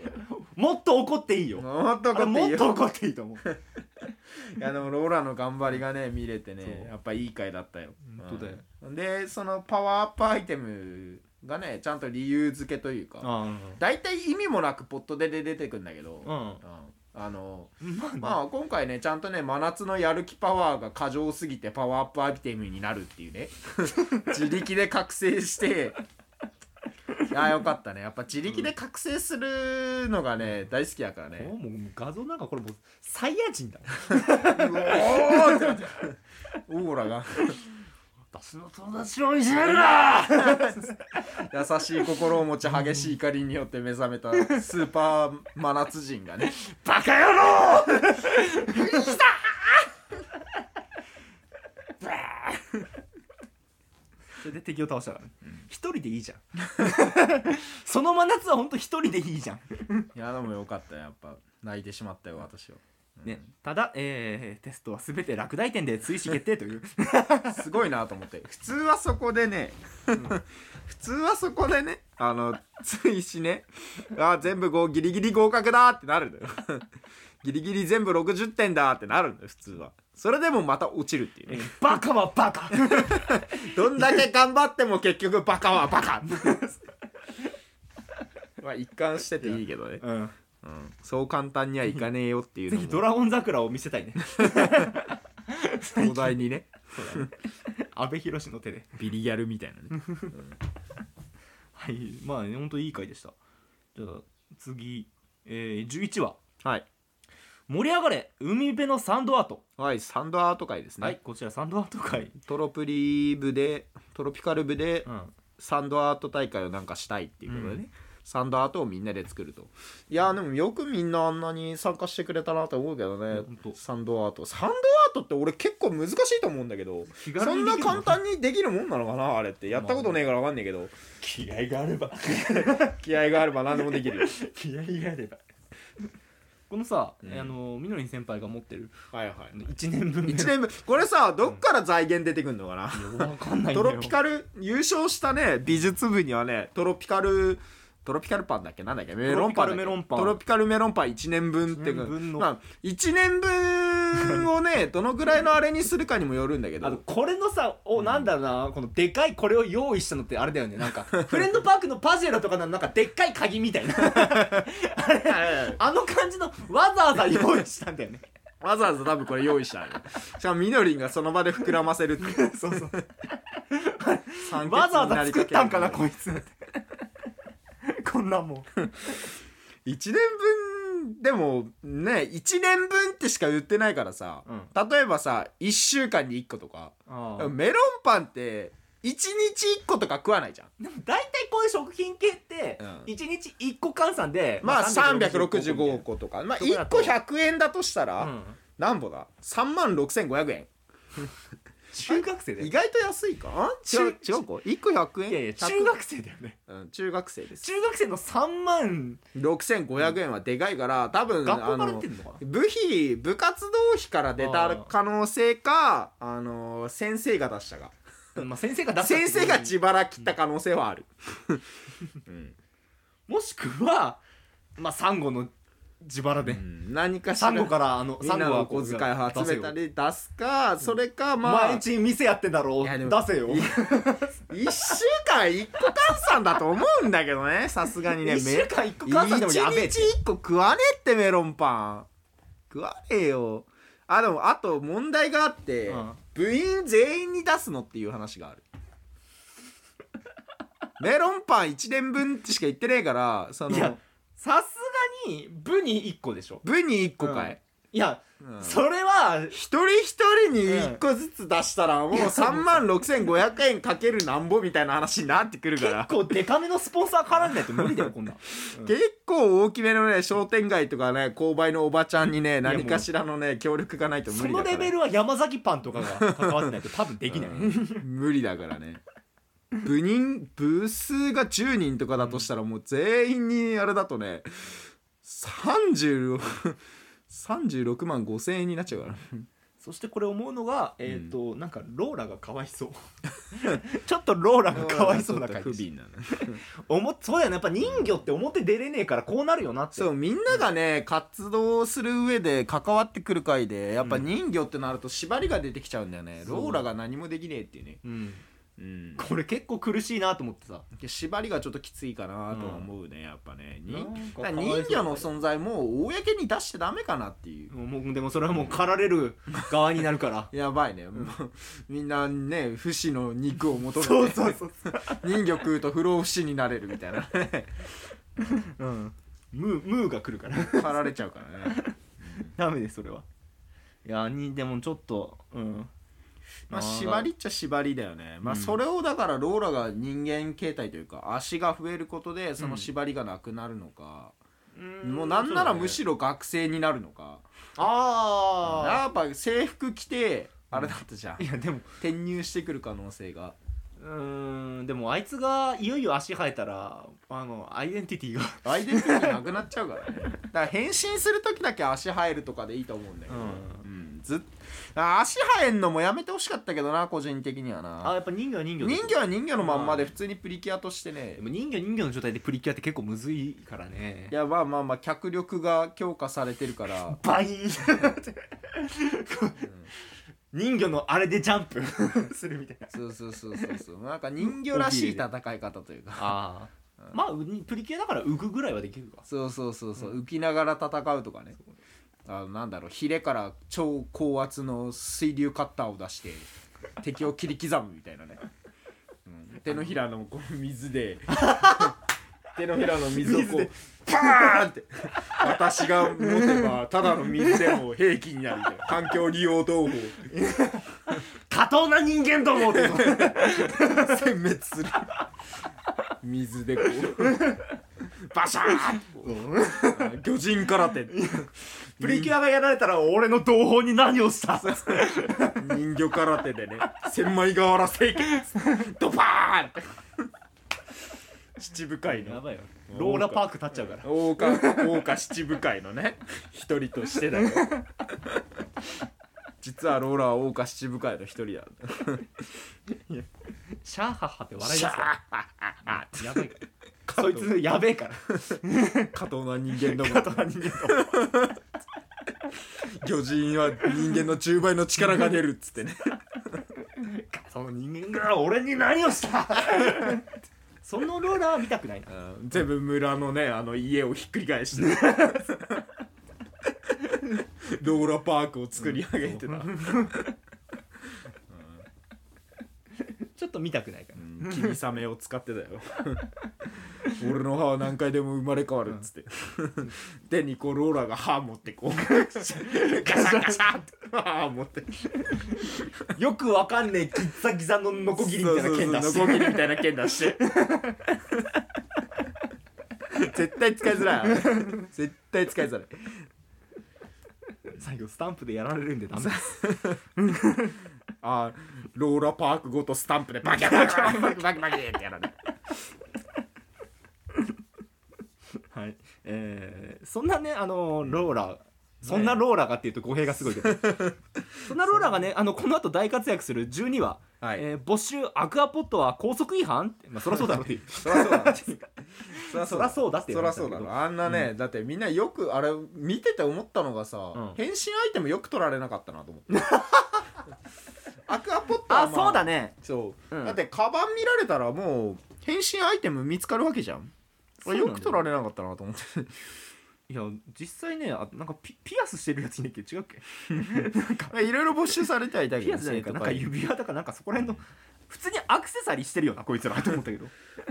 [SPEAKER 1] もっと怒っていいよ
[SPEAKER 2] もっと
[SPEAKER 1] あれ
[SPEAKER 2] こ
[SPEAKER 1] もっ
[SPEAKER 2] い
[SPEAKER 1] と怒っていいと思う
[SPEAKER 2] いやでもローラの頑張りがね見れて
[SPEAKER 1] そう
[SPEAKER 2] ねやっぱいい回だったよ
[SPEAKER 1] 本当だよ
[SPEAKER 2] うんでそのパワーアップアイテムがねちゃんと理由付けというか
[SPEAKER 1] あ
[SPEAKER 2] 大体意味もなくポットで出てくんだけど、
[SPEAKER 1] うん
[SPEAKER 2] うんあの
[SPEAKER 1] うんまあ
[SPEAKER 2] まあ今回ねちゃんとね真夏のやる気パワーが過剰すぎてパワーアップアイテムになるってい うね自力で覚醒していやよかったねやっぱ自力で覚醒するのがね、大好きだからね、
[SPEAKER 1] もうもう画像なんかこれもうサイヤ人だ
[SPEAKER 2] うおーってなって オーラが
[SPEAKER 1] 私の友達をいじめるな
[SPEAKER 2] 優しい心を持ち激しい怒りによって目覚めたスーパー真夏人がね
[SPEAKER 1] バカ野郎それで敵を倒したからね一、人でいいじゃん その真夏は本当一人でいいじゃん、
[SPEAKER 2] いやでもよかったよやっぱ泣いてしまったよ私は
[SPEAKER 1] ね、ただ、えーテストは全て落第点で追試決定と いう
[SPEAKER 2] すごいなと思って普通はそこでね普通はそこでねあのついしねあ全部ごギリギリ合格だってなるのよ ギリギリ全部60点だってなるのよ普通はそれでもまた落ちるっていう
[SPEAKER 1] え
[SPEAKER 2] ね
[SPEAKER 1] ーバカはバカ
[SPEAKER 2] どんだけ頑張っても結局バカはバカ まあ一貫してていいけどね
[SPEAKER 1] うん
[SPEAKER 2] うんそう簡単にはいかねえよってい う
[SPEAKER 1] ぜ
[SPEAKER 2] のも
[SPEAKER 1] ひドラゴン桜を見せたいね
[SPEAKER 2] 東大にね
[SPEAKER 1] 安倍博の手で
[SPEAKER 2] ビリギャルみたいな ね
[SPEAKER 1] はいまあね本当いい回でしたじゃあ次、えー、11話
[SPEAKER 2] はい
[SPEAKER 1] 盛り上がれ海辺のサンドアート
[SPEAKER 2] はいサンドアート会ですね、
[SPEAKER 1] はい、こちらサンドアート会、
[SPEAKER 2] トロプリ部でトロピカル部で
[SPEAKER 1] うん、
[SPEAKER 2] サンドアート大会をなんかしたいっていうことでね、
[SPEAKER 1] うん
[SPEAKER 2] サンドアートをみんなで作るといやーでもよくみんなあんなに参加してくれたなと思うけど
[SPEAKER 1] ほ
[SPEAKER 2] ね
[SPEAKER 1] んと
[SPEAKER 2] サンドアートサンドアートって俺結構難しいと思うんだけど
[SPEAKER 1] 気軽
[SPEAKER 2] そ
[SPEAKER 1] に
[SPEAKER 2] ん
[SPEAKER 1] でき
[SPEAKER 2] な
[SPEAKER 1] るの
[SPEAKER 2] 簡単にできるもんなのかなあれってやったことねえから分かんねえけど
[SPEAKER 1] 気合があれば
[SPEAKER 2] 気合があれば何でもでき るよ
[SPEAKER 1] 気合があればこのさ、
[SPEAKER 2] うん
[SPEAKER 1] あのみのりん先輩が持ってる
[SPEAKER 2] はいはい
[SPEAKER 1] 1年分
[SPEAKER 2] 1年分これさどっから財源出てくんのかな、
[SPEAKER 1] 分わかんないんだ
[SPEAKER 2] ト
[SPEAKER 1] よ
[SPEAKER 2] ロピカル優勝したね美術部にはねトロピカルトロピカルパンだっけなんだっけメロンパンだっ
[SPEAKER 1] トロピカルメ
[SPEAKER 2] け
[SPEAKER 1] ロンパン
[SPEAKER 2] トロピカルメロンパン1年分ってく
[SPEAKER 1] 一年分の
[SPEAKER 2] まあ1年分を ねどのぐらいのあれにするかにもよるんだけ
[SPEAKER 1] あの
[SPEAKER 2] ど
[SPEAKER 1] これのさお、なんだろうなこのでかいこれを用意したのってあれだよねなんかフレンドパークのパジェロとかのなんかでっかい鍵みたい な あの感じのわざわざ用意したんだよね
[SPEAKER 2] わざわざ多分これ用意したのよしかもみのりんがその場で膨らませるってい う
[SPEAKER 1] そう そう
[SPEAKER 2] 酸欠
[SPEAKER 1] わざわ
[SPEAKER 2] にな
[SPEAKER 1] ざ
[SPEAKER 2] りか
[SPEAKER 1] 作っ
[SPEAKER 2] ける
[SPEAKER 1] たんかなこいつ こんなもん
[SPEAKER 2] 1年分でもね1年分ってしか言ってないからさ、例えばさ1週間に1個とか
[SPEAKER 1] あ
[SPEAKER 2] でもメロンパンって1日1個とか食わないじゃん
[SPEAKER 1] でも大体こういう食品系って
[SPEAKER 2] うん
[SPEAKER 1] 1日1個換算で、
[SPEAKER 2] まあ365
[SPEAKER 1] 365
[SPEAKER 2] 個とかまあ
[SPEAKER 1] とかだ
[SPEAKER 2] 1
[SPEAKER 1] と
[SPEAKER 2] 個100円だとした
[SPEAKER 1] 個、
[SPEAKER 2] ら、
[SPEAKER 1] うん
[SPEAKER 2] なんぼだ3万6500円
[SPEAKER 1] 中学生だ
[SPEAKER 2] 意
[SPEAKER 1] よ
[SPEAKER 2] 外と安いかあ違う違う
[SPEAKER 1] 中
[SPEAKER 2] か1個100円
[SPEAKER 1] いやいや
[SPEAKER 2] 100
[SPEAKER 1] 中学生だよね
[SPEAKER 2] うん、中学生です
[SPEAKER 1] 中学生の3万
[SPEAKER 2] 6500円はでかいから多分
[SPEAKER 1] 学校
[SPEAKER 2] あ
[SPEAKER 1] から出
[SPEAKER 2] の
[SPEAKER 1] てんのかな
[SPEAKER 2] 部費部活動費から出
[SPEAKER 1] あ
[SPEAKER 2] た
[SPEAKER 1] ー
[SPEAKER 2] 可能性かあの先生が出したか
[SPEAKER 1] うんまあ、先生が出したって
[SPEAKER 2] 先
[SPEAKER 1] こと
[SPEAKER 2] 生が自腹切った可能性はある、うん
[SPEAKER 1] もしくはまあサンゴの自腹で、
[SPEAKER 2] うん何かし
[SPEAKER 1] サ
[SPEAKER 2] ら
[SPEAKER 1] ンゴからあの
[SPEAKER 2] み
[SPEAKER 1] サ
[SPEAKER 2] ん
[SPEAKER 1] ンゴ
[SPEAKER 2] な
[SPEAKER 1] は
[SPEAKER 2] のお小遣いを集めたり出すかそれかまあ
[SPEAKER 1] 毎日店やってんだろう
[SPEAKER 2] いやでも
[SPEAKER 1] 出せよ
[SPEAKER 2] いや1週間1個換算だと思うんだけどねさすがにね
[SPEAKER 1] 1週
[SPEAKER 2] め
[SPEAKER 1] 間1個換算でもやべえ
[SPEAKER 2] 1
[SPEAKER 1] って
[SPEAKER 2] 日1個食わねえってメロンパン食わねえよあでもあと問題があって、
[SPEAKER 1] うん
[SPEAKER 2] 部員全員に出すのっていう話があるメロンパン1年分ってしか言ってねえからそ
[SPEAKER 1] いや
[SPEAKER 2] の
[SPEAKER 1] さすがに部に1個でしょ
[SPEAKER 2] 部に1個かい、
[SPEAKER 1] いや、
[SPEAKER 2] うん
[SPEAKER 1] それは
[SPEAKER 2] 一人一人に1個ずつ出したらもう3万6500円かけるなんぼみたいな話になってくるか
[SPEAKER 1] 結
[SPEAKER 2] ら
[SPEAKER 1] 構デカめのスポンサー絡んでないと無理だよ こんなん
[SPEAKER 2] 結構大きめのね商店街とかね購買のおばちゃんにね
[SPEAKER 1] や
[SPEAKER 2] 何かしらのね協力がないと無
[SPEAKER 1] そ
[SPEAKER 2] 理だ
[SPEAKER 1] の
[SPEAKER 2] から
[SPEAKER 1] レベルは山崎パンとかが関わってないと多分できない、
[SPEAKER 2] 無理だからね部人部数が10人とかだとしたらもう全員にあれだとね36 36万5千円になっちゃうから
[SPEAKER 1] そしてこれ思うのがえっ、と、なんかローラがかわい そうちょっとローラが かわいそうな感
[SPEAKER 2] 不
[SPEAKER 1] じ
[SPEAKER 2] 憫なね
[SPEAKER 1] おもそうだよねやっぱ人魚って表出れねえからこうなるよなって
[SPEAKER 2] そうみんながね活動する上で関わってくる回でやっぱ人魚ってなると縛りが出てきちゃうんだよね、
[SPEAKER 1] そう
[SPEAKER 2] ローラが何もできねえっていうね、
[SPEAKER 1] うん、
[SPEAKER 2] うん、
[SPEAKER 1] これ結構苦しいなと思ってさ
[SPEAKER 2] 縛りがちょっときついかなとは思うね、やっぱね人
[SPEAKER 1] なんかかわ
[SPEAKER 2] だから
[SPEAKER 1] いそう
[SPEAKER 2] 人魚の存在も公に出しちゃダメかなっていう
[SPEAKER 1] もうでもそれはもう狩られる側になるから
[SPEAKER 2] やばいね、もうみんなね不死の肉を求 めて
[SPEAKER 1] そうそうそう、
[SPEAKER 2] 人魚食うと不老不死になれるみたいな ね
[SPEAKER 1] うん、ムームーが来るから
[SPEAKER 2] 狩られちゃうからね
[SPEAKER 1] ダメですそれはいやにでもちょっとうん
[SPEAKER 2] まあ
[SPEAKER 1] あー
[SPEAKER 2] 縛りっちゃ縛りだよね、まあ
[SPEAKER 1] うん
[SPEAKER 2] それをだからローラが人間形態というか足が増えることでその縛りがなくなるのか、もうなんならむしろ学生になるのか、
[SPEAKER 1] あ
[SPEAKER 2] やっぱ制服着てあれだったじゃん、
[SPEAKER 1] あいやでも
[SPEAKER 2] 転入してくる可能性が
[SPEAKER 1] うーんでもあいつがいよいよ足生えたらあのアイデンティティが
[SPEAKER 2] アイデンティティなくなっちゃうからねだから変身する時だけ足生えるとかでいいと思うんだけど、
[SPEAKER 1] う
[SPEAKER 2] うんずっあ足生えんのもやめてほしかったけどな個人的には
[SPEAKER 1] あ
[SPEAKER 2] な
[SPEAKER 1] やっぱ人魚は人魚だ
[SPEAKER 2] 人魚は人魚のまんまで普通にプリキュアとしてね
[SPEAKER 1] でも人魚人魚の状態でプリキュアって結構むずいからね
[SPEAKER 2] いやまあまあまあ脚力が強化されて るから
[SPEAKER 1] バイーン人魚のあれでジャンプするみたいな
[SPEAKER 2] そうそうそうそうそうなんか人魚らしい戦い方というか
[SPEAKER 1] ああまあうプリキュアだから浮くぐらいはできるか
[SPEAKER 2] そうそうそうそう浮きながら戦うとかねあなんだろうヒレから超高圧の水流カッターを出 して敵を切り刻むみたいなね、うん手のひらのこう水 で手のひらの水をこ
[SPEAKER 1] 水で
[SPEAKER 2] うパーンって私が持てばただの水でも兵器になるみたいな環境利用動法
[SPEAKER 1] 過当な人間と思うて
[SPEAKER 2] 殲滅する水でこうバシャーンって魚人空手
[SPEAKER 1] プリキュアがやられたら俺の同胞に何をした
[SPEAKER 2] 人魚空手でね千枚瓦政権ドバーンって七部会
[SPEAKER 1] や
[SPEAKER 2] の
[SPEAKER 1] ばいよローラパーク立っちゃうから
[SPEAKER 2] 大岡大岡七部会のね一人としてだよ実はローラは大岡七部会の一人だ
[SPEAKER 1] シャーハッハって笑い
[SPEAKER 2] シ
[SPEAKER 1] 出す
[SPEAKER 2] ャー
[SPEAKER 1] か
[SPEAKER 2] あ
[SPEAKER 1] らやばいからそいつやべえ から
[SPEAKER 2] 過当な人間ども
[SPEAKER 1] 過当な人間と思う
[SPEAKER 2] 魚人は人間の10倍の力が出るっつってね
[SPEAKER 1] 過当な人間が俺に何をしたそのローラは見たくないな
[SPEAKER 2] うん全部村のねあの家をひっくり返してローラパークを作り上げてた、
[SPEAKER 1] ちょっと見たくないから
[SPEAKER 2] 霧雨を使ってたよ 俺の歯は何回でも生まれ変わるっつって手にこうローラが歯持ってこうガシャンガシャンって歯持って
[SPEAKER 1] よくわかんねえギッザギザのノコギリみたいな剣だ
[SPEAKER 2] そう
[SPEAKER 1] し
[SPEAKER 2] そうそうノコギリみたいな剣出して絶対使いづらい絶対使いづらい
[SPEAKER 1] 最後スタンプでやられるんでダメです
[SPEAKER 2] あーローラパークごとスタンプでバキバキバキバキバキバキってやらね
[SPEAKER 1] はいえー、そんなねあのーローラそんなローラがっていうと語弊がすごいけどそんなローラがねあのこの後大活躍する12話「
[SPEAKER 2] はい
[SPEAKER 1] えー没収アクアポットは高速違反?」って、まあ、そりゃそうだろうっていう
[SPEAKER 2] そらそうだ
[SPEAKER 1] そり
[SPEAKER 2] そら
[SPEAKER 1] ゃそうだって言わ
[SPEAKER 2] そら
[SPEAKER 1] れた
[SPEAKER 2] そ
[SPEAKER 1] ん
[SPEAKER 2] う
[SPEAKER 1] だ
[SPEAKER 2] だ
[SPEAKER 1] けど
[SPEAKER 2] ろあんなね、だってみんなよくあれ見てて思ったのがさ、
[SPEAKER 1] うん
[SPEAKER 2] 変身アイテムよく取られなかったなと思 ってアクアポットは、
[SPEAKER 1] あ
[SPEAKER 2] まあ、
[SPEAKER 1] そうだね
[SPEAKER 2] そう、
[SPEAKER 1] うん
[SPEAKER 2] だってカバン見られたらもう変身アイテム見つかるわけじゃん
[SPEAKER 1] そうなんだ
[SPEAKER 2] よ
[SPEAKER 1] よ
[SPEAKER 2] く取られなかったなと思って
[SPEAKER 1] いや実際ねあなんかピピアスしてるやついねっけ違うっけ
[SPEAKER 2] いろいろ没収されてはいたけ
[SPEAKER 1] ピ
[SPEAKER 2] ど
[SPEAKER 1] アスじゃないかなんか
[SPEAKER 2] 生徒会
[SPEAKER 1] 指輪だかなんかそこら辺の普通にアクセサリーしてるよなこいつらと思ったけど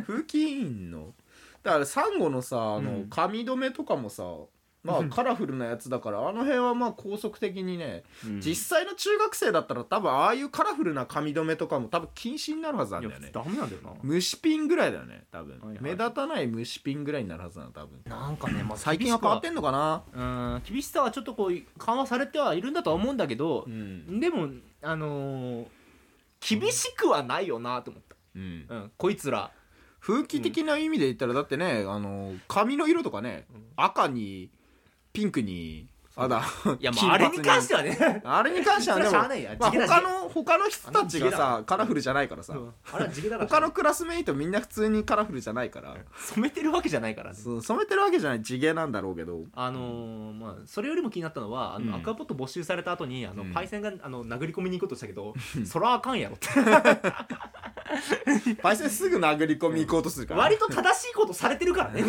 [SPEAKER 2] 風紀委員のだからサンゴのさあの、
[SPEAKER 1] うん
[SPEAKER 2] 髪留めとかもさ まあカラフルなやつだからあの辺はまあ高速的にね、
[SPEAKER 1] うん
[SPEAKER 2] 実際の中学生だったら多分ああいうカラフルな髪留めとかも多分禁止になるはずなん
[SPEAKER 1] いや
[SPEAKER 2] だよね
[SPEAKER 1] ダメなんだよ
[SPEAKER 2] 虫ピンぐらいだよね多分、
[SPEAKER 1] はいはい
[SPEAKER 2] 目立たない虫ピンぐらいになるはずなの多分
[SPEAKER 1] ななんかね、まあ、
[SPEAKER 2] 最近は変わってんのかな
[SPEAKER 1] うん厳しさはちょっとこう緩和されてはいるんだとは思うんだけど
[SPEAKER 2] う、ん、
[SPEAKER 1] でもあのー厳しくはないよなと思っ
[SPEAKER 2] うん
[SPEAKER 1] た、うん、こいつら
[SPEAKER 2] 風紀的な意味で言ったらだってね、あの髪の色とかね、赤にピンクにあだ
[SPEAKER 1] いやま
[SPEAKER 2] 金
[SPEAKER 1] ああ
[SPEAKER 2] 髪
[SPEAKER 1] れに関してはね
[SPEAKER 2] あれに関してはでも
[SPEAKER 1] それはしゃあないや
[SPEAKER 2] まあ、
[SPEAKER 1] 地毛だ
[SPEAKER 2] 他の他の人たちが
[SPEAKER 1] あの地毛
[SPEAKER 2] さカラフルじゃないからさ、
[SPEAKER 1] あれは地毛だから
[SPEAKER 2] 他のクラスメイトみんな普通にカラフルじゃないから、
[SPEAKER 1] 染めてるわけじゃないからね
[SPEAKER 2] そう染めてるわけじゃない地毛なんだろうけど
[SPEAKER 1] あのーまあ、それよりも気になったのはあの、
[SPEAKER 2] うん
[SPEAKER 1] アクアポット没収された後にあの、
[SPEAKER 2] うん
[SPEAKER 1] パイセンがあの殴り込みに行こうとしたけ ど「そらあかんやろ」って
[SPEAKER 2] パイセンすぐ殴り込み行こうとするから、
[SPEAKER 1] 割と正しいことされてるからね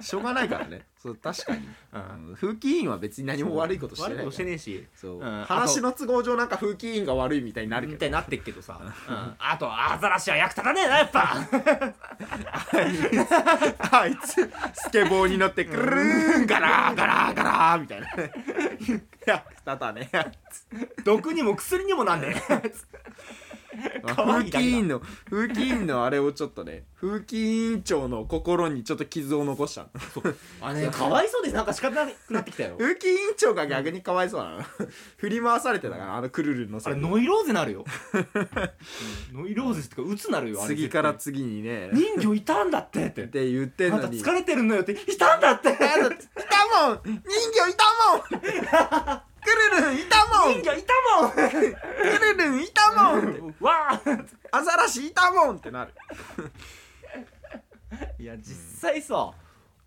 [SPEAKER 2] しょうがないからねそう確かに、
[SPEAKER 1] う
[SPEAKER 2] あ
[SPEAKER 1] ん
[SPEAKER 2] の風紀委員は別に何も悪いことして
[SPEAKER 1] 悪
[SPEAKER 2] ないい
[SPEAKER 1] こ
[SPEAKER 2] か
[SPEAKER 1] として
[SPEAKER 2] ら
[SPEAKER 1] ねえし
[SPEAKER 2] そう、
[SPEAKER 1] うん
[SPEAKER 2] 話の都合上なんか風紀委員が悪いみたいになるけ
[SPEAKER 1] み
[SPEAKER 2] ど
[SPEAKER 1] たいになってっけどさ、うん、あとアザラシは役立たねえなやっぱ
[SPEAKER 2] あいつスケボーに乗ってくるーんガラーガラーガラーみたいなねい やただね
[SPEAKER 1] 毒にも薬にもなんねえ可
[SPEAKER 2] 風
[SPEAKER 1] 愛いだけだ
[SPEAKER 2] 紀委員の風紀委員のあれをちょっとね風紀委員長の心にちょっと傷を残 したの
[SPEAKER 1] あれかわいそうでなんか仕方なくなってき たよ
[SPEAKER 2] 風紀委員長が逆にかわいそうなの振り回されてたからあのクルルの
[SPEAKER 1] あ
[SPEAKER 2] せい
[SPEAKER 1] れ
[SPEAKER 2] で
[SPEAKER 1] ノイローゼなる よ、うんノイローゼっていうか鬱なるよあれ
[SPEAKER 2] 次
[SPEAKER 1] 絶
[SPEAKER 2] か
[SPEAKER 1] 対
[SPEAKER 2] ら次にね
[SPEAKER 1] 人魚いたんだ ってっ
[SPEAKER 2] ってて言ってん
[SPEAKER 1] あんた
[SPEAKER 2] のに
[SPEAKER 1] 疲れてるのよっていたんだって
[SPEAKER 2] いたもん人魚いたもんクルルンいたもん
[SPEAKER 1] 人魚いたもん
[SPEAKER 2] クルルンいた もんって
[SPEAKER 1] わあ
[SPEAKER 2] アザラシいたもんってなる
[SPEAKER 1] いや実際さ、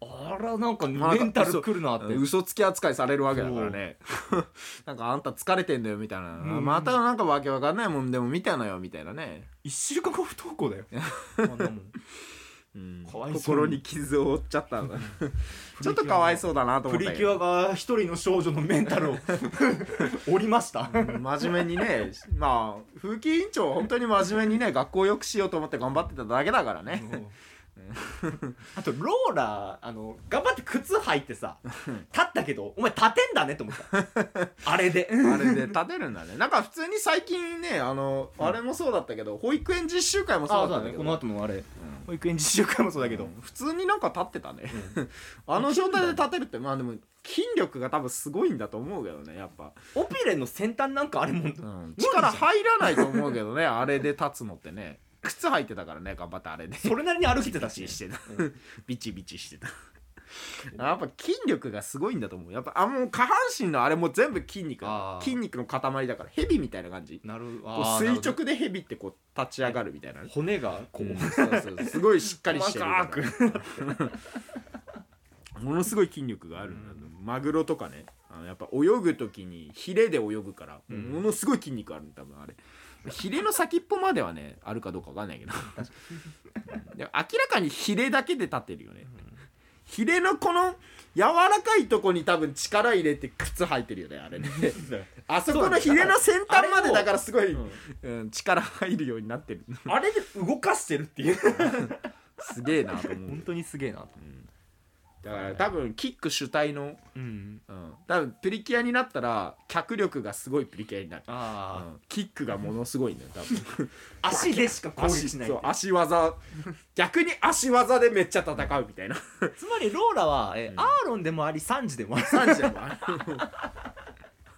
[SPEAKER 1] あらなんか
[SPEAKER 2] まあなんか
[SPEAKER 1] メンタルくるなって、
[SPEAKER 2] 嘘つき扱いされるわけだからね なんかあんた疲れてんだよみたいな、
[SPEAKER 1] ん
[SPEAKER 2] またなんかわけわかんないもんでも見たのよみたいなね、
[SPEAKER 1] 一週間後不登校 だよあんなもん
[SPEAKER 2] うん
[SPEAKER 1] かわいそうに
[SPEAKER 2] 心に傷を負っち ゃったんだちょっとかわいそうだなと思
[SPEAKER 1] プ
[SPEAKER 2] った
[SPEAKER 1] リ
[SPEAKER 2] け
[SPEAKER 1] キュ
[SPEAKER 2] ど
[SPEAKER 1] アが一人の少女のメンタ ルを折りました、
[SPEAKER 2] うん真面目にねまあ風紀委員長は本当に真面目にね学校を良くしようと思って頑張ってただけだからね、
[SPEAKER 1] あとローラあの頑張って靴履いてさ立ったけどお前立てんだねと思ったあれ で
[SPEAKER 2] あれで立てるんだねなんか普通に最近ねあの、あれもそうだったけど保育園実習会もそうだったんだけど
[SPEAKER 1] 後もあれ、保育園実習会もそうだけど、
[SPEAKER 2] 普通になんか立ってたね、 あの状態で立てるってまあでも筋力が多分すごいんだと思うけどねやっぱ、
[SPEAKER 1] オピレンの先端なんかあれもん、
[SPEAKER 2] 力入らないと思うけどね あれで立つのってね靴履いてたからね頑張ってあれで
[SPEAKER 1] それなりに歩いてたし
[SPEAKER 2] ビチビチ してたビチビチしてたやっぱ筋力がすごいんだと思うやっぱあもう下半身のあれも全部筋肉
[SPEAKER 1] あー
[SPEAKER 2] 筋肉の塊だからヘビみたいな感じ
[SPEAKER 1] なる
[SPEAKER 2] こう
[SPEAKER 1] あー
[SPEAKER 2] 垂
[SPEAKER 1] なるほ
[SPEAKER 2] 直でヘビってこう立ち上がるみたいな
[SPEAKER 1] ど骨がこう、
[SPEAKER 2] うんそうそうすごいしっかりしてるから
[SPEAKER 1] 細
[SPEAKER 2] ものすごい筋力があるんだと思う、マグロとかねあのやっぱ泳ぐ時にヒレで泳ぐから、
[SPEAKER 1] ん
[SPEAKER 2] ものすごい筋肉あるんだ多分あれヒレの先っぽまではねあるかどうかわかんないけどうんでも明らかにヒレだけで立ってるよね、ヒレのこの柔らかいとこに多分力入れて靴履いてるよねあれねあそこのヒレの先端までだからすごい、うん、力入るようになってる
[SPEAKER 1] あれで動かしてるっていう
[SPEAKER 2] すげえなと思う
[SPEAKER 1] 本当にすげえなと、
[SPEAKER 2] だから多分キック主体の、
[SPEAKER 1] うん、
[SPEAKER 2] うん、多分プリキュアになったら脚力がすごいプリキュアになる、う
[SPEAKER 1] ああ、
[SPEAKER 2] ん、キックがものすごいんだよ多 分
[SPEAKER 1] 足でしか攻撃
[SPEAKER 2] 足
[SPEAKER 1] しない
[SPEAKER 2] そう足技逆に足技でめっちゃ戦うみたいな
[SPEAKER 1] つまりローラは、えアーロンでもありサンジでもあ
[SPEAKER 2] サンジャもあ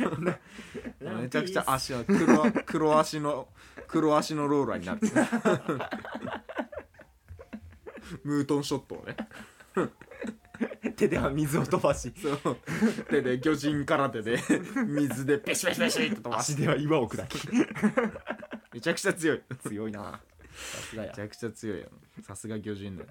[SPEAKER 1] り
[SPEAKER 2] るめちゃくちゃ足は黒黒足の黒足のローラー になるムートンショットをね
[SPEAKER 1] 手では水を飛ばし
[SPEAKER 2] そう手で魚人空手で水でペシペシペシって飛ばし
[SPEAKER 1] 足では岩を砕き
[SPEAKER 2] めちゃくちゃ強い
[SPEAKER 1] 強いなさすがや
[SPEAKER 2] めちゃくちゃ強いよさすが魚人だよ、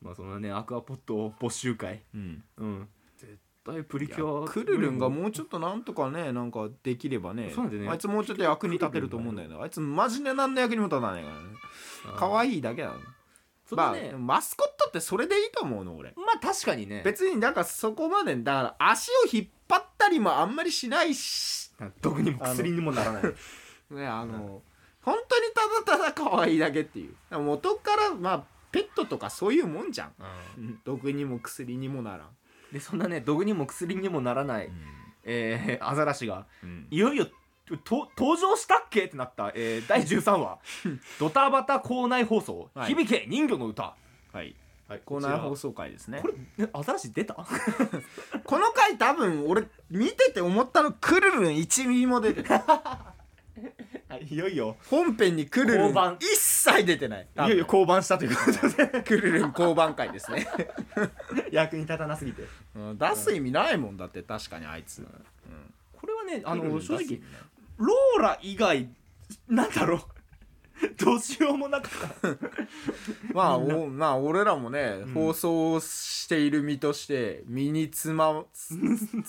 [SPEAKER 1] まあそのねアクアポット没収会
[SPEAKER 2] うん、
[SPEAKER 1] うん絶対プリキュア
[SPEAKER 2] クルルンがもうちょっとなんとかねなんかできればね
[SPEAKER 1] そうなんだよね
[SPEAKER 2] あいつもうちょっと役に立てると思うんだよねあいつマジで何の役にも立たないからね可愛いだけなの
[SPEAKER 1] それ
[SPEAKER 2] まあ
[SPEAKER 1] ね、
[SPEAKER 2] でも
[SPEAKER 1] ま
[SPEAKER 2] マスコットってそれでいいと思うの俺
[SPEAKER 1] あ確かにね
[SPEAKER 2] 別になんかそこまでだから足を引っ張ったりもあんまりしないし
[SPEAKER 1] 毒にも薬にもならない
[SPEAKER 2] ねあの、本当にただただ可愛いだけっていう元からまあペットトとかそういうもんじゃん
[SPEAKER 1] う
[SPEAKER 2] うん毒にも薬にもならん、
[SPEAKER 1] んでそんなね毒にも薬にもならない、えーアザラシが
[SPEAKER 2] うん
[SPEAKER 1] いよいよと登場したっけってなった、えー第13話 「ドタバタ校内放送、
[SPEAKER 2] はい
[SPEAKER 1] 響け人魚の歌
[SPEAKER 2] はい、コーナー放送回です」ね
[SPEAKER 1] これえアザラシ出 た
[SPEAKER 2] この回多分俺見てて思ったのクルルン1ミリも出て ない
[SPEAKER 1] いよいよ
[SPEAKER 2] 本編にクルル
[SPEAKER 1] 降板
[SPEAKER 2] ン一切出てない
[SPEAKER 1] いよいよ降板したということで
[SPEAKER 2] クルルン交番回です ね、
[SPEAKER 1] 役に立たなすぎて
[SPEAKER 2] うん出す意味ないもんだって確かにあいつ、
[SPEAKER 1] これはねあ
[SPEAKER 2] あの
[SPEAKER 1] の
[SPEAKER 2] 正
[SPEAKER 1] 正
[SPEAKER 2] 直
[SPEAKER 1] 直ローラ以外なんだろうどうしようもなかった
[SPEAKER 2] まあおまあ俺らもね、放送している身として身につまつ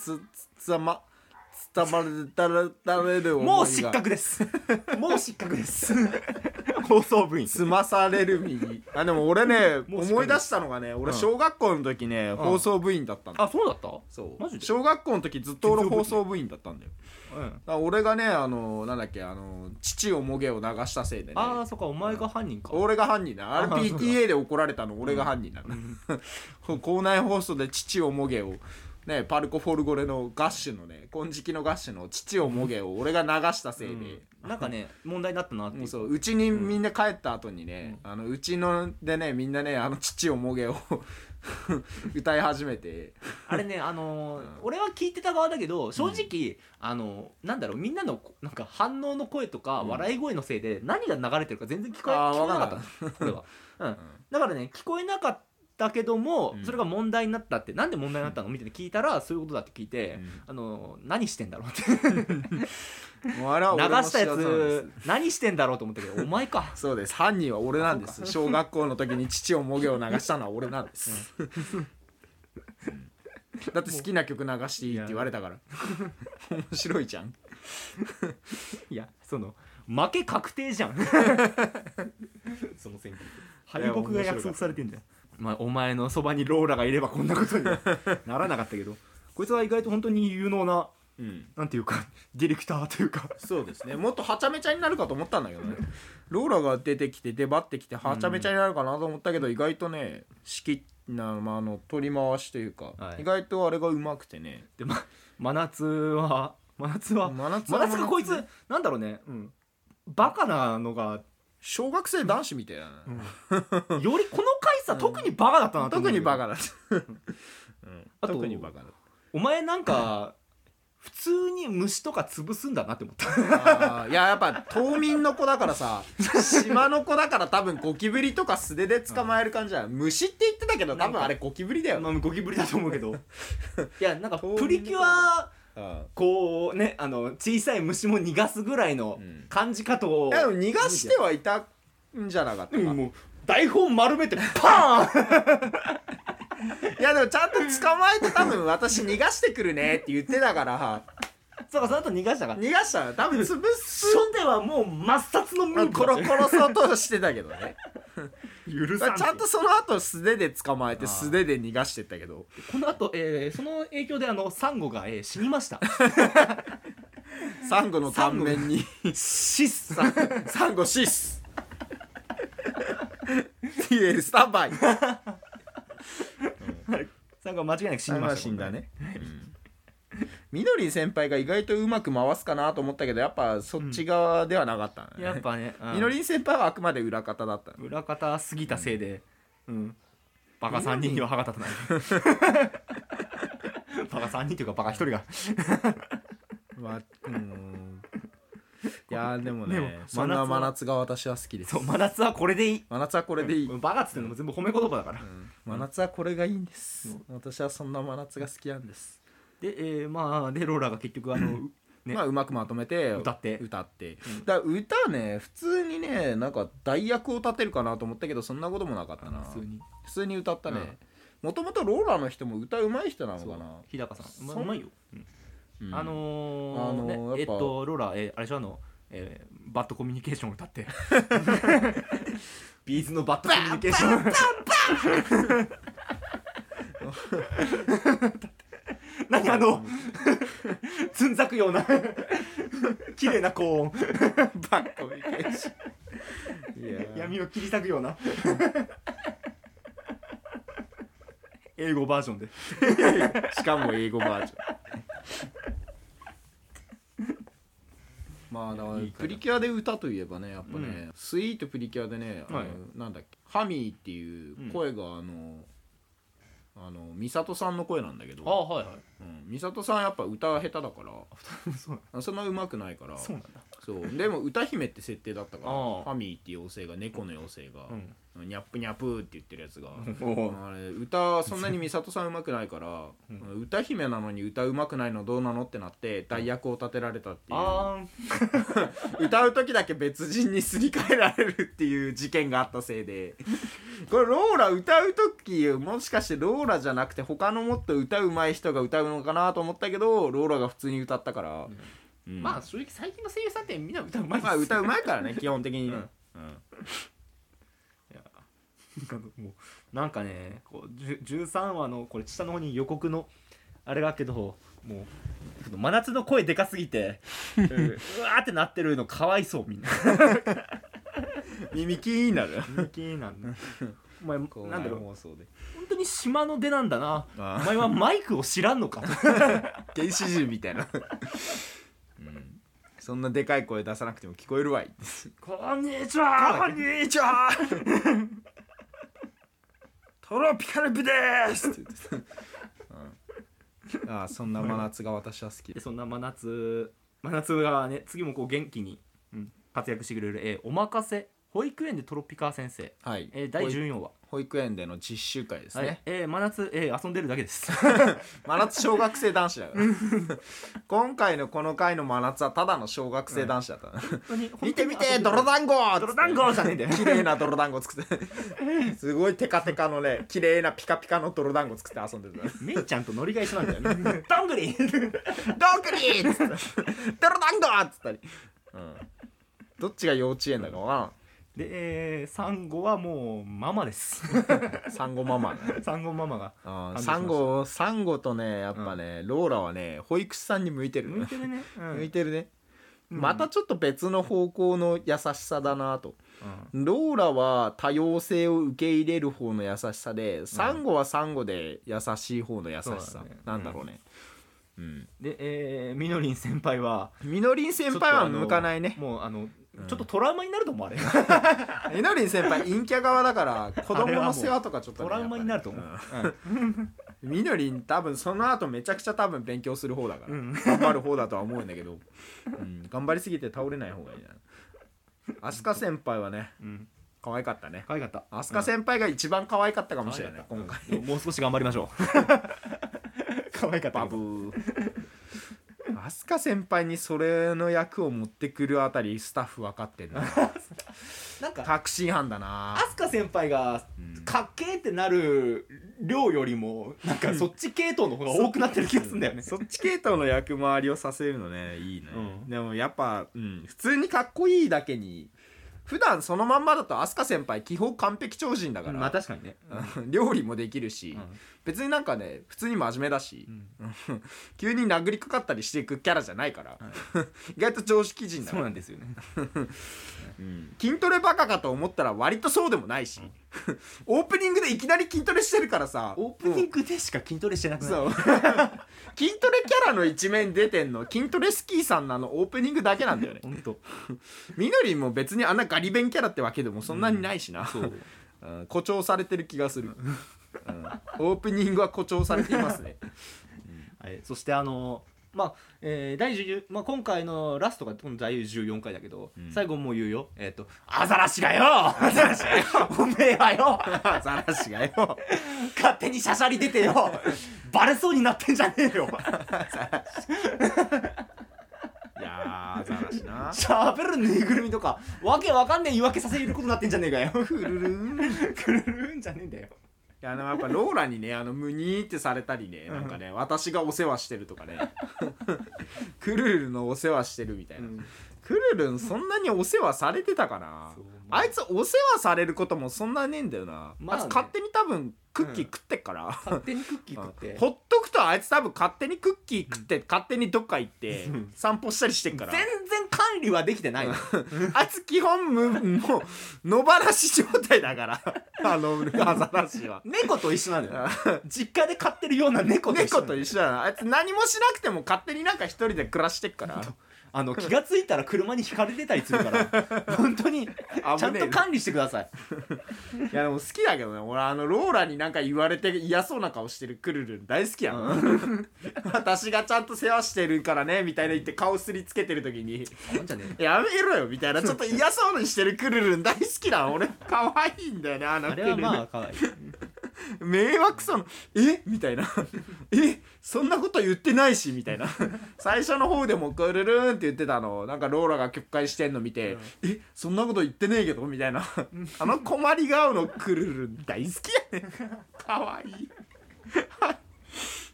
[SPEAKER 2] つつつまつたまれたらたれる思いが
[SPEAKER 1] もう失格 ですもう失格です放送部員
[SPEAKER 2] つまされる身にあでも俺ね
[SPEAKER 1] もう失格
[SPEAKER 2] 思い出したのがね俺
[SPEAKER 1] うん
[SPEAKER 2] 小学校の時ね、
[SPEAKER 1] ん
[SPEAKER 2] 放送部員だったんだ
[SPEAKER 1] あそうだった
[SPEAKER 2] そ
[SPEAKER 1] マジ
[SPEAKER 2] う
[SPEAKER 1] で
[SPEAKER 2] 小学校の時ずっと俺放送部員だったんだよ
[SPEAKER 1] うん
[SPEAKER 2] だから俺がねあのなんだっけあの父をもげを流したせいでね
[SPEAKER 1] ああそっかお前が犯人か
[SPEAKER 2] 俺が犯人だあれ
[SPEAKER 1] あーそうだ
[SPEAKER 2] PTA で怒られたの俺が犯人だから 校内放送で父をもげをねパルコ・フォルゴレのガッシュのね金色のガッシュの父をもげを俺が流したせいで、
[SPEAKER 1] うんなんかね問題になったなっていう
[SPEAKER 2] も
[SPEAKER 1] う
[SPEAKER 2] そううちにみんな帰った後にね、あのうちのでねみんなねあの父をもげを 歌い始めて
[SPEAKER 1] あれねあのー俺は聞いてた側だけど正直あのーなんだろうみんなのこなんか反応の声とか
[SPEAKER 2] うん
[SPEAKER 1] 笑い声のせいで何が流れてるか全然聞こえ
[SPEAKER 2] あー
[SPEAKER 1] 聞こえなか
[SPEAKER 2] わ
[SPEAKER 1] ったのこれはうんだからね聞こえなかったけども
[SPEAKER 2] うん
[SPEAKER 1] それが問題になったってなんで問題になったのみたいな聞いたらそういうことだって聞いて
[SPEAKER 2] うん
[SPEAKER 1] あのー何してんだろうって
[SPEAKER 2] もうあれは
[SPEAKER 1] 流
[SPEAKER 2] 俺の
[SPEAKER 1] したや
[SPEAKER 2] 仕業なんです
[SPEAKER 1] つ何してんだろうと思ったけどお前か
[SPEAKER 2] そうです犯人は俺なんです小学校の時に父をもげを流したのは俺なんです、だって好きな曲流していいって言われたから面白いじゃん
[SPEAKER 1] いやその負け確定じゃん その選挙敗
[SPEAKER 2] いや
[SPEAKER 1] 北が約束されてんじゃんまあ、お前のそばにローラがいればこんなこと にはならなかったけどこいつは意外と本当に有能な
[SPEAKER 2] うん
[SPEAKER 1] なんていうかディレクターというか
[SPEAKER 2] そうですねもっとはちゃめちゃになるかと思ったんだけどねローラが出てきて出張ってきてはちゃめちゃになるかなと思ったけど、意外とね式な、まあ、あの取り回しというか、
[SPEAKER 1] はい
[SPEAKER 2] 意外とあれがうまくてね
[SPEAKER 1] で、ま、真夏は真夏は
[SPEAKER 2] 真夏
[SPEAKER 1] 真
[SPEAKER 2] は
[SPEAKER 1] 夏がこいつなんだろうね、うん、バカなのが
[SPEAKER 2] 小学生男子みたいだな、
[SPEAKER 1] よりこの回さ特にバカだったなと思
[SPEAKER 2] 特
[SPEAKER 1] うんだ
[SPEAKER 2] に
[SPEAKER 1] けど
[SPEAKER 2] バカだった、うん
[SPEAKER 1] あと
[SPEAKER 2] 特にバカだった
[SPEAKER 1] お前なんか普通に虫とか潰すんだなって思った
[SPEAKER 2] あーいややっぱ島民の子だからさ島の子だから多分ゴキブリとか素手で捕まえる感じじゃん虫って言ってたけど多分あれゴキブリだよ、
[SPEAKER 1] まあゴキブリだと思うけ どいやなんか
[SPEAKER 2] 遠目に
[SPEAKER 1] プリキュア
[SPEAKER 2] うん
[SPEAKER 1] こうねあの小さい虫も逃がすぐらいの
[SPEAKER 2] うん
[SPEAKER 1] 感じかと、
[SPEAKER 2] いやでも逃がしてはいたんじゃなかったか、
[SPEAKER 1] うん
[SPEAKER 2] い
[SPEAKER 1] もう台本丸めてパーン
[SPEAKER 2] やでもちゃんと捕まえて多分私逃がしてくるねって言ってたから
[SPEAKER 1] そうかその後逃がしたから
[SPEAKER 2] 逃がしたら多分潰す
[SPEAKER 1] 初手はもう抹殺のムー
[SPEAKER 2] 殺殺そうとしてたけどね
[SPEAKER 1] 許
[SPEAKER 2] ち
[SPEAKER 1] ちゃ
[SPEAKER 2] ゃ
[SPEAKER 1] ん
[SPEAKER 2] ん
[SPEAKER 1] と
[SPEAKER 2] とその後素手で捕まえて
[SPEAKER 1] あー
[SPEAKER 2] 素手で逃がしてったけど
[SPEAKER 1] この後、えーその影響であのサンゴが、えー死にました
[SPEAKER 2] サンゴの顔面に
[SPEAKER 1] シス
[SPEAKER 2] サンサンゴシス TL スタンバイ
[SPEAKER 1] サンゴは間違いなく死にました
[SPEAKER 2] 死んだね、みどりん先輩が意外とうまく回すかなと思ったけどやっぱそっち側ではなかった
[SPEAKER 1] やっ
[SPEAKER 2] ね、
[SPEAKER 1] ぱね、うん
[SPEAKER 2] みどりん先輩はあくまで裏方だったね
[SPEAKER 1] 裏方すぎたせいで、うん、バカ3人には歯が立たない バカ3人というかバカ1人が
[SPEAKER 2] まあうんいやーでも
[SPEAKER 1] でも
[SPEAKER 2] ねそんな
[SPEAKER 1] 真夏は
[SPEAKER 2] 真夏が私は好きです
[SPEAKER 1] そう真夏はこれでいい
[SPEAKER 2] 真夏はこれでいい、
[SPEAKER 1] バカっつってのも全部褒め言葉だから、
[SPEAKER 2] 真夏はこれがいいんです、私はそんな真夏が好きなんです、
[SPEAKER 1] で、えーまあでローラが結局あのね
[SPEAKER 2] まあうまくまとめて
[SPEAKER 1] 歌って
[SPEAKER 2] 歌って、だから歌ね普通にねなんか代役を立てるかなと思ったけどそんなこともなかったな
[SPEAKER 1] 普通に
[SPEAKER 2] 普通に歌ったねもともとローラーの人も歌うまい人なのかな
[SPEAKER 1] 日高さんま
[SPEAKER 2] そう
[SPEAKER 1] うまいよ、うんあのー
[SPEAKER 2] あのー
[SPEAKER 1] ね、えっ
[SPEAKER 2] やっぱ
[SPEAKER 1] とローラ、えーあれでしょあの、えーバッドコミュニケーションを歌ってビーズのバッドコミュニケーション何あのつんざくような綺麗な高音
[SPEAKER 2] バッコミケーションいや
[SPEAKER 1] 闇を切り裂くような英語バージョンで
[SPEAKER 2] しかも英語バージョンまあだから
[SPEAKER 1] いいから
[SPEAKER 2] プリキュアで歌といえばねやっぱね、
[SPEAKER 1] う
[SPEAKER 2] スイートプリキュアでね、あの
[SPEAKER 1] はい
[SPEAKER 2] なんだっけハミーっていう声があの、あの美里さんの声なんだけど、
[SPEAKER 1] はいは
[SPEAKER 2] うん、美里さんやっぱ歌が下手だから
[SPEAKER 1] いそう
[SPEAKER 2] あそんなうまくないから
[SPEAKER 1] そうなんだ
[SPEAKER 2] そうでも歌姫って設定だったから
[SPEAKER 1] あ
[SPEAKER 2] ハ
[SPEAKER 1] あ
[SPEAKER 2] ミーっていう妖精が猫の妖精が、
[SPEAKER 1] うん
[SPEAKER 2] ニャップニャップーって言ってるやつが
[SPEAKER 1] おう
[SPEAKER 2] あれ歌そんなに美里さんうまくないから、
[SPEAKER 1] ん
[SPEAKER 2] 歌姫なのに歌うまくないのどうなのってなって代役を立てられたっていう、
[SPEAKER 1] あー
[SPEAKER 2] 歌う時だけ別人にすり替えられるっていう事件があったせい でこれローラ歌う時もしかしてローラじゃなくて他のもっと歌うまい人が歌うのかなと思ったけどローラが普通に歌ったから、うん
[SPEAKER 1] まあ正直最近の声優さんってみんな歌うまいです
[SPEAKER 2] まあ歌うまいからね基本的にね、
[SPEAKER 1] うん
[SPEAKER 2] うん
[SPEAKER 1] いやなんかもうなんかねこうじゅ13話のこれ下の方に予告のあれがあるけどもうちょっと真夏の声でかすぎ てうんうわーってなってるのかわいそうみんな
[SPEAKER 2] 耳キーになる
[SPEAKER 1] 人気なんだお前なんだろう
[SPEAKER 2] 放送で
[SPEAKER 1] 本当に島の出なんだなお
[SPEAKER 2] ああ
[SPEAKER 1] 前はマイクを知らんの か
[SPEAKER 2] 原始人みたいな、うんそんなでかい声出さなくても聞こえるわい
[SPEAKER 1] こんにちは
[SPEAKER 2] こんにちはトロピカル部ですって言ってた、うん、ああそんな真夏が私は好き
[SPEAKER 1] で
[SPEAKER 2] です
[SPEAKER 1] そんな真夏真夏がね次もこう元気に、うん活躍してくれる、えーおまかせ保育園でトロピカー先生」
[SPEAKER 2] はい、
[SPEAKER 1] えー第
[SPEAKER 2] 保育
[SPEAKER 1] 14話、
[SPEAKER 2] 保育園での実習会です
[SPEAKER 1] は
[SPEAKER 2] ね、
[SPEAKER 1] いえー真夏、えー遊んでるだけです
[SPEAKER 2] 真夏小学生男子だから 今回のこの回の真夏はただの小学生男子だった、な
[SPEAKER 1] 本当に
[SPEAKER 2] 見て見て泥団子
[SPEAKER 1] 泥団子じゃねえんだよ
[SPEAKER 2] 綺麗な泥団子作っ てすごいテカテカのね綺麗なピカピカの泥団子作って遊んでるから
[SPEAKER 1] メイちゃんとノリが一緒なんだよ ねどんぐり
[SPEAKER 2] どんぐりっつったり泥団子っつったり、うん、どっちが幼稚園だかわ
[SPEAKER 1] で、えー、サンゴはもうママです
[SPEAKER 2] からんサンゴママね
[SPEAKER 1] サンゴママが
[SPEAKER 2] あ
[SPEAKER 1] 感動しまし
[SPEAKER 2] ー
[SPEAKER 1] た
[SPEAKER 2] サンゴサンゴとねやっぱね、ローラはね保育士さんに向いてる、
[SPEAKER 1] 向いてるね、うん
[SPEAKER 2] 向いてるね、
[SPEAKER 1] うん
[SPEAKER 2] またちょっと別の方向の優しさだなと
[SPEAKER 1] うん
[SPEAKER 2] ローラは多様性を受け入れる方の優しさでサンゴはサンゴで優しい方の優し
[SPEAKER 1] そう
[SPEAKER 2] さ、
[SPEAKER 1] だね
[SPEAKER 2] なんだろうね、うん
[SPEAKER 1] で、えー、みのりん先輩は
[SPEAKER 2] みのりん先輩は向かないね
[SPEAKER 1] もうあのちょっとトラウマになると思うあれ
[SPEAKER 2] みのりん先輩陰キャ側だから子供の世話とかちょっと
[SPEAKER 1] ト
[SPEAKER 2] ね
[SPEAKER 1] ラウマになると思
[SPEAKER 2] やっ
[SPEAKER 1] う
[SPEAKER 2] ぱり、うんみのりん多分その後めちゃくちゃ多分勉強する方だから、頑張る方だとは思うんだけど、うん、頑張りすぎて倒れない方がいいな飛鳥先輩はね
[SPEAKER 1] うん
[SPEAKER 2] 可愛かったね
[SPEAKER 1] 可愛かった
[SPEAKER 2] 飛鳥先輩が一番可愛かったかもしれない、今回
[SPEAKER 1] うんもう少し頑張りましょう 可愛かった
[SPEAKER 2] バ
[SPEAKER 1] けど
[SPEAKER 2] ブー 飛鳥先輩にそれの役を持ってくるあたりスタッフ分かって んな
[SPEAKER 1] なんか
[SPEAKER 2] 確信犯だな
[SPEAKER 1] 飛鳥先輩がかっけーってなる量よりもなんかそっち系統の方が多くなってる気がするんだよね
[SPEAKER 2] そ っち系統の役回りをさせるのねいいね、
[SPEAKER 1] うん
[SPEAKER 2] でもやっぱ、うん、普通にかっこいいだけに普段そのまんまだと飛鳥先輩基本完璧超人だから、
[SPEAKER 1] まあ確かにね
[SPEAKER 2] うん料理もできるし、
[SPEAKER 1] うん
[SPEAKER 2] 別になんかね普通に真面目だし、 急に殴りかかったりしていくキャラじゃないから、 意外と常識人だ
[SPEAKER 1] そう
[SPEAKER 2] から、
[SPEAKER 1] なんですよね
[SPEAKER 2] うん筋トレバカかと思ったら割とそうでもないし、 オープニングでいきなり筋トレしてるからさ
[SPEAKER 1] オープニングでしか筋トレしてなくな
[SPEAKER 2] そう 筋トレキャラの一面出てんの筋トレスキーさんなのオープニングだけなんだよね
[SPEAKER 1] 本当
[SPEAKER 2] みのりんも別にあんなガリ勉キャラってわけでもそんなにないしな、うん誇張されてる気がする、うんオープニングは誇張されていますね
[SPEAKER 1] はい、そしてあのまあ、えー第10、まあ、今回のラストがこの第14回だけど、
[SPEAKER 2] ん
[SPEAKER 1] 最後もう言うよえっ、と「アザラシがよアザラシがよ おめえはよ
[SPEAKER 2] ザラシがよ
[SPEAKER 1] 勝手にしゃしゃり出てよバレそうになってんじゃねえよ
[SPEAKER 2] いやーザラシな
[SPEAKER 1] しゃべるぬいぐるみとかわけわかんねえ言い訳させることになってんじゃねえか よくるるんくるるんじゃねえんだよ
[SPEAKER 2] いやでもやっぱローラにねあのムニーってされたりねなんかね私がお世話してるとかね クルルのお世話してるみたいな、
[SPEAKER 1] うん
[SPEAKER 2] クルルンそんなにお世話されてたかな
[SPEAKER 1] そうまあ
[SPEAKER 2] あいつお世話されることもそんなねえんだよな、
[SPEAKER 1] まあね
[SPEAKER 2] あいつ勝手に多分クッキー食ってっから、
[SPEAKER 1] 勝手にクッキー食って
[SPEAKER 2] ほっとくとあいつ多分勝手にクッキー食って、勝手にどっか行って
[SPEAKER 1] うん
[SPEAKER 2] 散歩したりしてっから
[SPEAKER 1] 全然管
[SPEAKER 2] 理はできてな いのあいつ基本むもう野放し状態だからあのアザラシは
[SPEAKER 1] 猫と一緒なのよ実家で飼ってるような猫と一緒
[SPEAKER 2] 猫
[SPEAKER 1] なの
[SPEAKER 2] と
[SPEAKER 1] よ
[SPEAKER 2] 一緒だなあいつ何もしなくても勝手になんか一人で暮らしてっ から
[SPEAKER 1] あの気がついたら車にひかれてたりするから 本当にちゃんと管理してください
[SPEAKER 2] いやでも好きだけどね俺あのローラになんか言われて嫌そうな顔してるクルルン大好きやん、 私がちゃんと世話してるからねみたいな言って顔すりつけてる時に
[SPEAKER 1] なんじゃねえ
[SPEAKER 2] やめろよみたいなちょっと嫌そうにしてるクルルン大好きだ俺可愛いんだよねあの
[SPEAKER 1] あ
[SPEAKER 2] ク
[SPEAKER 1] れ
[SPEAKER 2] ルル
[SPEAKER 1] は
[SPEAKER 2] ン、
[SPEAKER 1] まあ可愛い
[SPEAKER 2] 迷惑そうなえみたいな えそんなこと言ってないしみた いな最初の方でもクルルンって言ってたのなんかローラが曲解してんの見て、えそんなこと言ってねえけどみたいなあの困り顔のクルルン大好き やねかわい い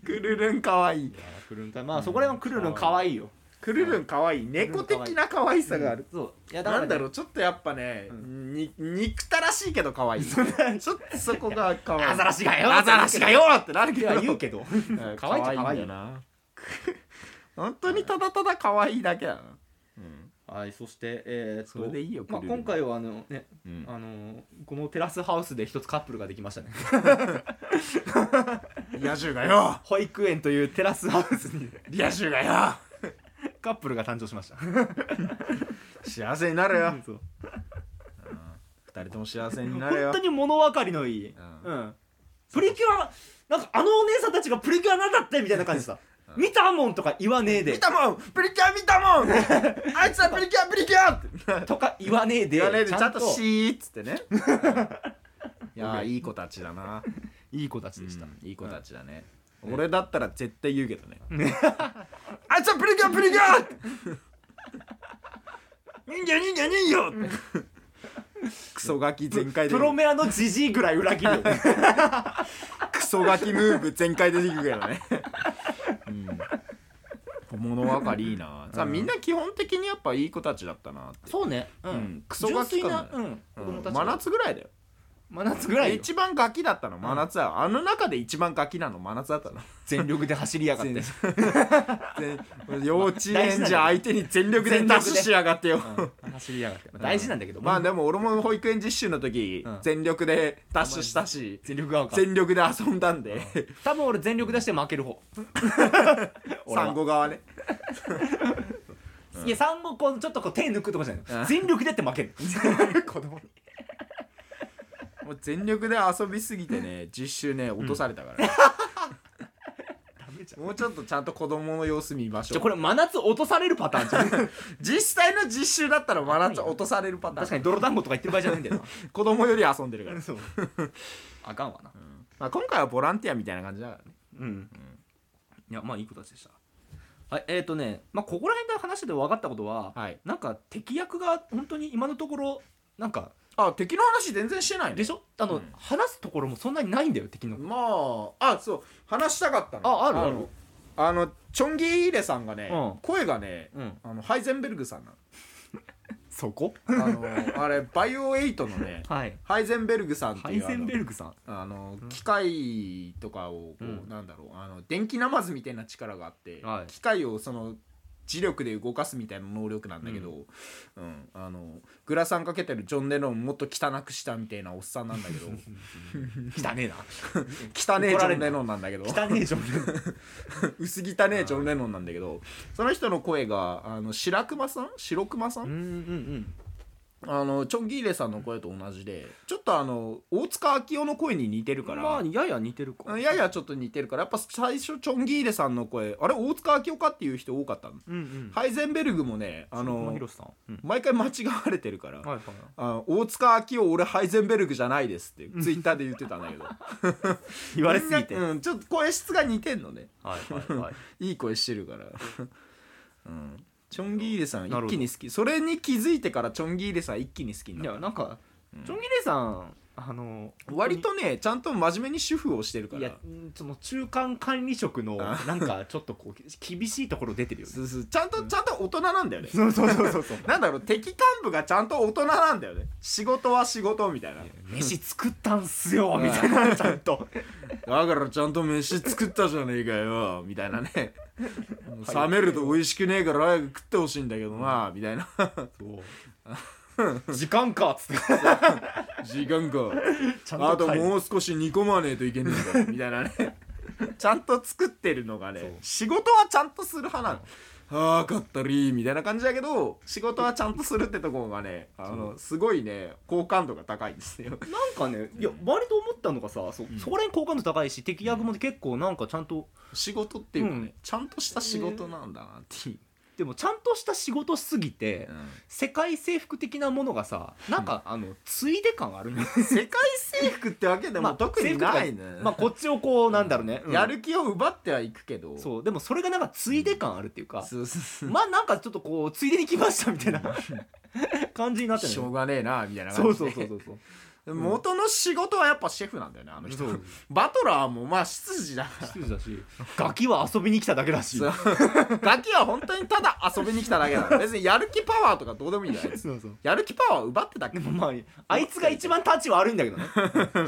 [SPEAKER 2] クルルンかわいい
[SPEAKER 1] クルンかまあそこら辺はクルルン可愛いよ
[SPEAKER 2] クルルンかわいい猫的な可愛さがある、
[SPEAKER 1] そういやだか
[SPEAKER 2] な
[SPEAKER 1] ら
[SPEAKER 2] んだろうちょっとやっぱね、に憎たらしいけ ど可愛いちょっとそこが可愛い
[SPEAKER 1] アザラシがよ
[SPEAKER 2] アザラシがよってなるけ
[SPEAKER 1] い
[SPEAKER 2] ど
[SPEAKER 1] や言うけど可
[SPEAKER 2] 可
[SPEAKER 1] 愛い
[SPEAKER 2] 愛
[SPEAKER 1] っちゃ可
[SPEAKER 2] いじゃ
[SPEAKER 1] 愛
[SPEAKER 2] 可愛
[SPEAKER 1] い
[SPEAKER 2] い
[SPEAKER 1] よ
[SPEAKER 2] よな本当にただただ可愛いだけだ な、
[SPEAKER 1] はいそしてえーっと
[SPEAKER 2] それでいいよ
[SPEAKER 1] まあ
[SPEAKER 2] クルルン
[SPEAKER 1] 今回はあのね
[SPEAKER 2] うん
[SPEAKER 1] あのーこのテラスハウスで一つカップルができましたね
[SPEAKER 2] 野獣がよ
[SPEAKER 1] 保育園というテラスハウスに
[SPEAKER 2] 野獣がよ
[SPEAKER 1] カップルが誕生し ました
[SPEAKER 2] 幸せになれよ
[SPEAKER 1] そう
[SPEAKER 2] 二人とも幸せになれ
[SPEAKER 1] 本
[SPEAKER 2] よ
[SPEAKER 1] 当に物分かりのいい
[SPEAKER 2] うん
[SPEAKER 1] うんプリキュアなんかあのお姉さんたちがプリキュアなんだってみたいな感じでさ見たもんとか言わねえ
[SPEAKER 2] 見
[SPEAKER 1] で
[SPEAKER 2] たもんプリキュア見たもんあいつはプリキュアプリキュアって
[SPEAKER 1] とか言わねえで
[SPEAKER 2] 言わねえでち
[SPEAKER 1] ちゃ
[SPEAKER 2] ゃ
[SPEAKER 1] ん
[SPEAKER 2] ん
[SPEAKER 1] と
[SPEAKER 2] とシーっつって ねうんいやーいい子たちだない
[SPEAKER 1] い子たちでした
[SPEAKER 2] うんいい子たちだね、俺だったら絶対言うけどね
[SPEAKER 1] ね
[SPEAKER 2] あいつはプリキュア プリキュア人魚人魚人魚クソガキ全開で
[SPEAKER 1] プロメアのジジイぐらい裏切る よ
[SPEAKER 2] クソガキムーブ全開でいくけどね、うん、物分かりいいな、さあみんな基本的にやっぱいい子たちだったなって
[SPEAKER 1] そうねう
[SPEAKER 2] うんクソガキ
[SPEAKER 1] 純粋
[SPEAKER 2] 感
[SPEAKER 1] な
[SPEAKER 2] だ
[SPEAKER 1] う
[SPEAKER 2] ね
[SPEAKER 1] ん子供た
[SPEAKER 2] うん
[SPEAKER 1] ち
[SPEAKER 2] 真
[SPEAKER 1] が
[SPEAKER 2] 夏ぐらいだよ
[SPEAKER 1] 真夏ぐらいよ
[SPEAKER 2] 一番ガキだったの真夏は、あの中で一番ガキなの真夏だったの
[SPEAKER 1] 全力で走りやがって
[SPEAKER 2] で幼稚園児相手に全力で
[SPEAKER 1] 全力で
[SPEAKER 2] ダッシュしやがってよ、
[SPEAKER 1] 走りやがって大事なんだけど
[SPEAKER 2] まあでも俺も保育園実習の時、
[SPEAKER 1] うん
[SPEAKER 2] 全力でダッシュしたし
[SPEAKER 1] 全力が合うか
[SPEAKER 2] 全力で遊んだんで
[SPEAKER 1] 多分俺全力出して負ける方俺は
[SPEAKER 2] 産後側ね
[SPEAKER 1] いや産後こうちょっとこう手抜くとかじゃないの
[SPEAKER 2] うん
[SPEAKER 1] 全力でって負ける 子供に
[SPEAKER 2] もう全力で遊びすぎてね実習ね落とされたから、 もうちょっとちゃんと子供の様子見まし
[SPEAKER 1] じ
[SPEAKER 2] ょ
[SPEAKER 1] ゃこ
[SPEAKER 2] う
[SPEAKER 1] れ真夏落とされるパターンじゃん
[SPEAKER 2] 実際の実習だったら真夏落とされるパタ
[SPEAKER 1] 確か
[SPEAKER 2] ーン
[SPEAKER 1] に泥団子とか言ってる場合じゃないんだよ
[SPEAKER 2] 子供より遊んでるから
[SPEAKER 1] な、そうあかんわな
[SPEAKER 2] まあ、今回はボランティアみたいな感じだからね
[SPEAKER 1] うん、いやまあいい子たちでしたはいえっ、ー、とね、まあ、ここら辺で話してて分かったことは、
[SPEAKER 2] はい
[SPEAKER 1] なんか敵役が本当に今のところなんか
[SPEAKER 2] あ敵の話全然してない
[SPEAKER 1] で
[SPEAKER 2] ね
[SPEAKER 1] しょあの、
[SPEAKER 2] うん
[SPEAKER 1] 話すところもそんなにないんだよ敵の
[SPEAKER 2] まああそう話したかったの
[SPEAKER 1] ああるある
[SPEAKER 2] のあのチョンギーレさんがね、
[SPEAKER 1] うん
[SPEAKER 2] 声がね
[SPEAKER 1] うん
[SPEAKER 2] あのハイゼンベルグさんなの
[SPEAKER 1] そこ
[SPEAKER 2] あのあれバイオエイトのね
[SPEAKER 1] はい
[SPEAKER 2] ハイゼンベルグさんって
[SPEAKER 1] ハ
[SPEAKER 2] い
[SPEAKER 1] イ
[SPEAKER 2] うあ
[SPEAKER 1] ゼン
[SPEAKER 2] の
[SPEAKER 1] ベルグさん
[SPEAKER 2] あの機械とかをこう、
[SPEAKER 1] うん
[SPEAKER 2] なんだろうあの電気ナマズみたいな力があって、
[SPEAKER 1] はい
[SPEAKER 2] 機械をその磁力で動かすみたいな能力なんだけど、うんあのグラサンかけてるジョン・レノンもっと汚くしたみたいなおっさんなんだ けど
[SPEAKER 1] 汚ねえな
[SPEAKER 2] 汚ねえジ
[SPEAKER 1] 怒ら
[SPEAKER 2] ョ
[SPEAKER 1] れ
[SPEAKER 2] ン・
[SPEAKER 1] んな
[SPEAKER 2] レノンなんだけど
[SPEAKER 1] 汚ねえじゃん
[SPEAKER 2] 薄汚ねえジョン・レノンなんだけどその人の声があの白熊さん白熊さん、
[SPEAKER 1] うんうん
[SPEAKER 2] あのチョン・ギーレさんの声と同じでちょっとあの大塚明夫の声に似てる
[SPEAKER 1] う
[SPEAKER 2] か
[SPEAKER 1] ん
[SPEAKER 2] ら、
[SPEAKER 1] まあやや似てるか
[SPEAKER 2] うんややちょっと似てるからやっぱ最初チョンギーレさんの声あれ大塚明夫かっていう人多かったの、
[SPEAKER 1] うんうん
[SPEAKER 2] ハイゼンベルグもねあ
[SPEAKER 1] あ
[SPEAKER 2] の
[SPEAKER 1] 広瀬さん、うん、
[SPEAKER 2] 毎回間違われてるから、
[SPEAKER 1] はいはいはい
[SPEAKER 2] あの大塚明夫俺ハイゼンベルグじゃないですってツイッターで言ってたんだけど
[SPEAKER 1] 言われすぎて
[SPEAKER 2] みんなうん、ちょっと声質が似てんのね
[SPEAKER 1] はいはいはい
[SPEAKER 2] いい声してるから、うん、チョンギーレさん
[SPEAKER 1] なるほど
[SPEAKER 2] 一気に好きそれに気づいてからチョンギーレさん一気に好きに
[SPEAKER 1] い
[SPEAKER 2] な
[SPEAKER 1] や
[SPEAKER 2] っ
[SPEAKER 1] なんか、チョンギレイさんあの
[SPEAKER 2] 割とねちゃんと真面目に主婦をしてるか
[SPEAKER 1] いや
[SPEAKER 2] ら
[SPEAKER 1] うんその中間管理職の
[SPEAKER 2] あ
[SPEAKER 1] なんかちょっとこう厳しいところ出てるよね
[SPEAKER 2] すすちゃんとちゃんと大人なんだよね
[SPEAKER 1] そうそうそうそうそう
[SPEAKER 2] なんだろう敵幹部がちゃんと大人なんだよね仕事は仕事みたいな
[SPEAKER 1] 飯作ったんすよみたいなちゃんと
[SPEAKER 2] だからちゃんと飯作ったじゃねえかよみ たいなね冷めると美味しくねえから早く食ってほしいんだけどなみた いな
[SPEAKER 1] 時間かっつ って
[SPEAKER 2] 時間か
[SPEAKER 1] ち
[SPEAKER 2] あと
[SPEAKER 1] う
[SPEAKER 2] もう少し煮込まねえといけねえんだよみたいなね ちゃんと作ってるのがね仕事はちゃんとする派なのああかったりーみたいな感じだけど仕事はちゃんとするってところがねあのすごいね好感度が高いんです よ
[SPEAKER 1] なんかねいや割と思ったのがさそ,、そこら辺好感度高いし敵役も結構なんかちゃんと
[SPEAKER 2] 仕事っていうかね、
[SPEAKER 1] うん
[SPEAKER 2] ちゃんとした仕事なんだなっていう、
[SPEAKER 1] でもちゃんとした仕事すぎて、世界征服的なものがさなんか、あのついで感あるね
[SPEAKER 2] 世界征服ってわけ で
[SPEAKER 1] まあ
[SPEAKER 2] も特にないね、
[SPEAKER 1] まあこっちをこうなんだろうね、うん
[SPEAKER 2] やる気を奪ってはいくけど
[SPEAKER 1] そうでもそれがなんかついで感あるっていうか、
[SPEAKER 2] そうそうそ う
[SPEAKER 1] まあなんかちょっとこうついでに来ましたみたいな 感じになってる
[SPEAKER 2] しょうがねえなみたいな
[SPEAKER 1] そ
[SPEAKER 2] 感
[SPEAKER 1] う
[SPEAKER 2] じで
[SPEAKER 1] そうそうそうそう
[SPEAKER 2] で元の仕事はやっぱシェフなんだよねあの人
[SPEAKER 1] そう
[SPEAKER 2] バトラーもまあ執事だから
[SPEAKER 1] 失礼だしガキは遊びに来ただけだし
[SPEAKER 2] そう ガキは本当にただ遊びに来ただけだから別にやる気パワーとかどうでもいいんじゃないです
[SPEAKER 1] そうそう
[SPEAKER 2] やる気パワーを奪ってたっけ
[SPEAKER 1] でもまああいつが一番タチ悪いんだけど ね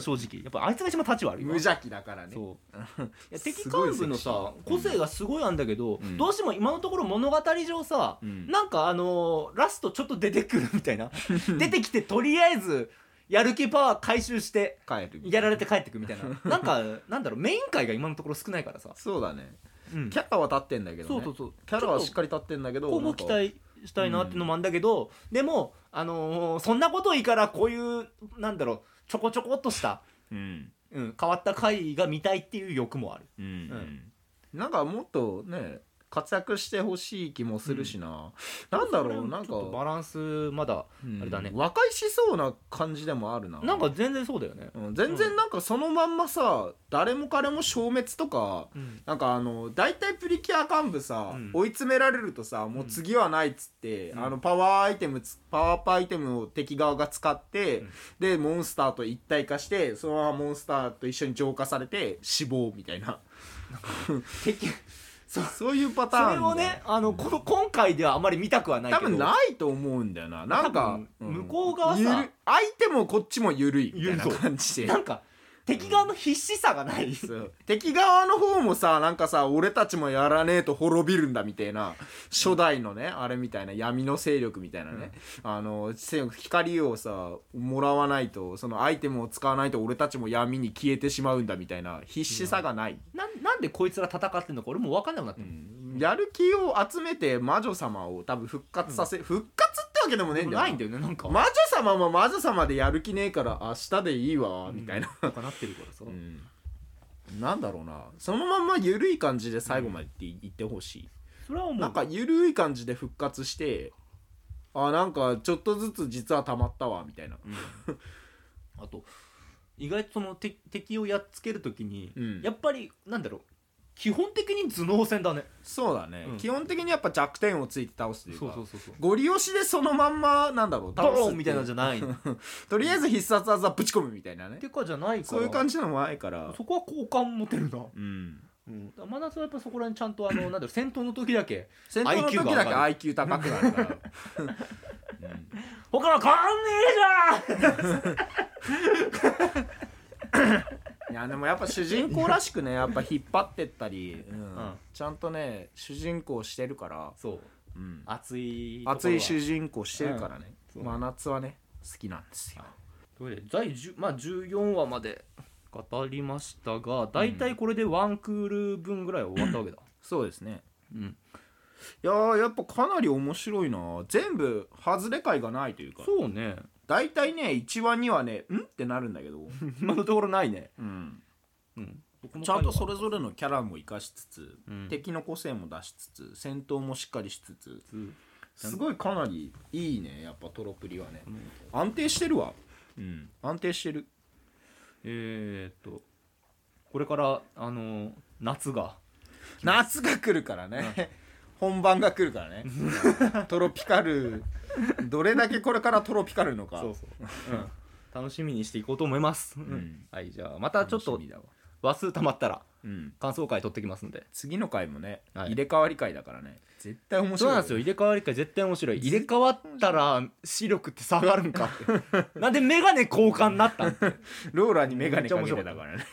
[SPEAKER 1] 正直やっぱあいつが一番タチ悪い
[SPEAKER 2] 無
[SPEAKER 1] わ
[SPEAKER 2] 邪気だからね
[SPEAKER 1] そう いや敵
[SPEAKER 2] す
[SPEAKER 1] 幹
[SPEAKER 2] ごい
[SPEAKER 1] 部のさ個性がすごいあんだけど、
[SPEAKER 2] うん
[SPEAKER 1] どうしても今のところ物語上さ、
[SPEAKER 2] うん
[SPEAKER 1] なんかあのーラストちょっと出てくるみ たいな出てきてとりあえずやる気パワー回収して
[SPEAKER 2] 帰る
[SPEAKER 1] やられて帰ってくみたい ななんかなんだろうメイン回が今のところ少ないからさ、
[SPEAKER 2] そうだね
[SPEAKER 1] うん
[SPEAKER 2] キャラは立ってんだけどね
[SPEAKER 1] そうそうそう
[SPEAKER 2] キャラはしっかり立ってんだけど
[SPEAKER 1] 今後期待したいなっていうのもあるんだけど、でも、あのーそんなこといいからこういうなんだろうちょこちょこっとした、
[SPEAKER 2] うん
[SPEAKER 1] うん、変わった回が見たいっていう欲もある
[SPEAKER 2] うんなんかもっとね活躍してほしい気もするしな、なんだろうなん
[SPEAKER 1] ちょっとバ
[SPEAKER 2] か、
[SPEAKER 1] ランスまだ
[SPEAKER 2] うん
[SPEAKER 1] あれだね
[SPEAKER 2] 和解しそうな感じでもあるな
[SPEAKER 1] なんか、全然そうだよね、
[SPEAKER 2] うん、全然なんかそのまんまさ誰も彼も消滅とか
[SPEAKER 1] うん
[SPEAKER 2] なんかあの大体プリキュア幹部さ、
[SPEAKER 1] うん
[SPEAKER 2] 追い詰められるとさもう次はないっつって、
[SPEAKER 1] うん
[SPEAKER 2] あのパワーアイテムつパワーアップアイテムを敵側が使って、
[SPEAKER 1] うん
[SPEAKER 2] でモンスターと一体化してそのままモンスターと一緒に浄化されて死亡みたいな
[SPEAKER 1] 敵
[SPEAKER 2] そうそういうパターン
[SPEAKER 1] それをねあのこの今回ではあまり見たくはない
[SPEAKER 2] 多
[SPEAKER 1] けど
[SPEAKER 2] 分ないと思うんだよななんか
[SPEAKER 1] 多分向こう側さ
[SPEAKER 2] ゆる相手もこっちも緩いみたいな
[SPEAKER 1] 緩い
[SPEAKER 2] 感じで
[SPEAKER 1] なんか敵側の必死さがない
[SPEAKER 2] そう敵側の方もさなんかさ俺たちもやらねえと滅びるんだみたいな初代のねあれみたいな闇の勢力みたいなね、あの勢力光をさもらわないとそのアイテムを使わないと俺たちも闇に消えてしまうんだみたいな必死さがない、
[SPEAKER 1] なんなんでこいつら戦ってんのか俺もう分かんなくなってる、
[SPEAKER 2] やる気を集めて魔女様を多分復活させ、復活ってわけでもねえんだよ
[SPEAKER 1] ないんだよねなんか、
[SPEAKER 2] 魔女様も魔女様でやる気ねえから明日でいいわみたいな、
[SPEAKER 1] とかなってるからさ、
[SPEAKER 2] うんなんだろうなそのまんま緩い感じで最後までいっていってほしい、
[SPEAKER 1] それはもう
[SPEAKER 2] なんか緩い感じで復活してあなんかちょっとずつ実は溜まったわみたいな
[SPEAKER 1] あと意外とその敵敵をやっつけるときに、
[SPEAKER 2] うん
[SPEAKER 1] やっぱりなんだろう基本的に頭脳戦だね
[SPEAKER 2] そうだね、
[SPEAKER 1] うん
[SPEAKER 2] 基本的にやっぱ弱点をついて倒すというか
[SPEAKER 1] そうそう
[SPEAKER 2] ゴリ押しでそのまんまなんだろう
[SPEAKER 1] ド
[SPEAKER 2] 倒す
[SPEAKER 1] ロー
[SPEAKER 2] って
[SPEAKER 1] ン
[SPEAKER 2] う
[SPEAKER 1] みたいなんじゃないっ
[SPEAKER 2] とりあえず必殺技ぶち込むみたいなね
[SPEAKER 1] てかじゃないから
[SPEAKER 2] そういう感じのもないから
[SPEAKER 1] そこは好感持てるな、
[SPEAKER 2] うん
[SPEAKER 1] うん、真夏はやっぱそこら辺ちゃんとあのなんだろう戦闘の時だけ
[SPEAKER 2] 戦闘の時
[SPEAKER 1] IQ が上が
[SPEAKER 2] だけ
[SPEAKER 1] る
[SPEAKER 2] IQ 高くな るから、 うん
[SPEAKER 1] 他は変わんねえ じゃん
[SPEAKER 2] いやでもやっぱ主人公らしくねやっぱ引っ張ってったり、うん
[SPEAKER 1] ん
[SPEAKER 2] ちゃんとね主人公してるから、
[SPEAKER 1] そう
[SPEAKER 2] うん、
[SPEAKER 1] 熱い
[SPEAKER 2] 熱い主
[SPEAKER 1] 週
[SPEAKER 2] 人公してるからね、
[SPEAKER 1] うん
[SPEAKER 2] 真夏はね好きなんですよ、
[SPEAKER 1] ということで第10、まあ、14話まで語りましたが大体これでワンクール分ぐらいは終わったわけだ、
[SPEAKER 2] そうですね
[SPEAKER 1] うん、
[SPEAKER 2] いやーやっぱかなり面白いな全部外れ回がないというか
[SPEAKER 1] そうね
[SPEAKER 2] 大体ね1話にはね「ん?」ってなるんだけど、
[SPEAKER 1] 今のところないね、
[SPEAKER 2] うん、
[SPEAKER 1] うん、
[SPEAKER 2] ちゃんとそれぞれのキャラも生かしつつ、
[SPEAKER 1] うん
[SPEAKER 2] 敵の個性も出しつつ戦闘もしっかりしつつ
[SPEAKER 1] うん
[SPEAKER 2] すごいかなりいいねやっぱトロプリはね、安定してるわうん安定してる
[SPEAKER 1] えー、っとこれからあのー夏が
[SPEAKER 2] 夏が来るからね、本番が来るから ねトロピカルどれだけこれからトロピカルのか
[SPEAKER 1] そう、うん、楽しみにしていこうと思います、
[SPEAKER 2] ん
[SPEAKER 1] はいじゃあまたちょっ
[SPEAKER 2] 楽
[SPEAKER 1] と
[SPEAKER 2] しみだわ
[SPEAKER 1] 話数たまったら
[SPEAKER 2] うん
[SPEAKER 1] 感想会取ってきますんで
[SPEAKER 2] 次の回もね、
[SPEAKER 1] はい
[SPEAKER 2] 入れ替わり回だからね絶対面白い
[SPEAKER 1] そうなんですよ入れ替わり会絶対面白い入れ替わったら視力って下がるんかって なんで眼鏡交換になったんって
[SPEAKER 2] ローラにメガネかけてたからね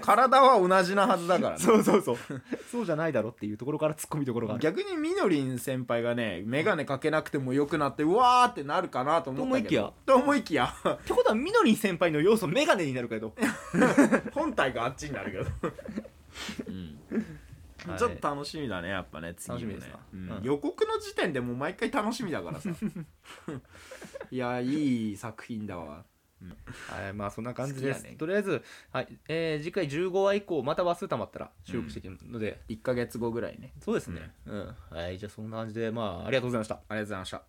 [SPEAKER 2] 体は同じなはずだから ね
[SPEAKER 1] そうそうそう そうじゃないだろっていうところから突っ込みどころがある
[SPEAKER 2] 逆にみのりん先輩がねメガネかけなくても良くなってうわーってなるかなと思ったけどと思いきや
[SPEAKER 1] ってことはみのりん先輩の要素眼鏡になるけど、
[SPEAKER 2] 本体があっちになるけど、
[SPEAKER 1] はい
[SPEAKER 2] ちょっと楽しみだねやっぱね次もね
[SPEAKER 1] 楽しみですか
[SPEAKER 2] うん
[SPEAKER 1] うん
[SPEAKER 2] 予告の時点でもう毎回楽しみだか らさいやいい作品だわ
[SPEAKER 1] はい、まあそんな感じです、
[SPEAKER 2] 好きやね
[SPEAKER 1] とりあえず、はいえー次回15話以降また話数たまったら収録していきますので、
[SPEAKER 2] 1ヶ月後ぐらいね
[SPEAKER 1] そうですね、うんはいじゃあそんな感じでまあありがとうございました
[SPEAKER 2] ありがとうございました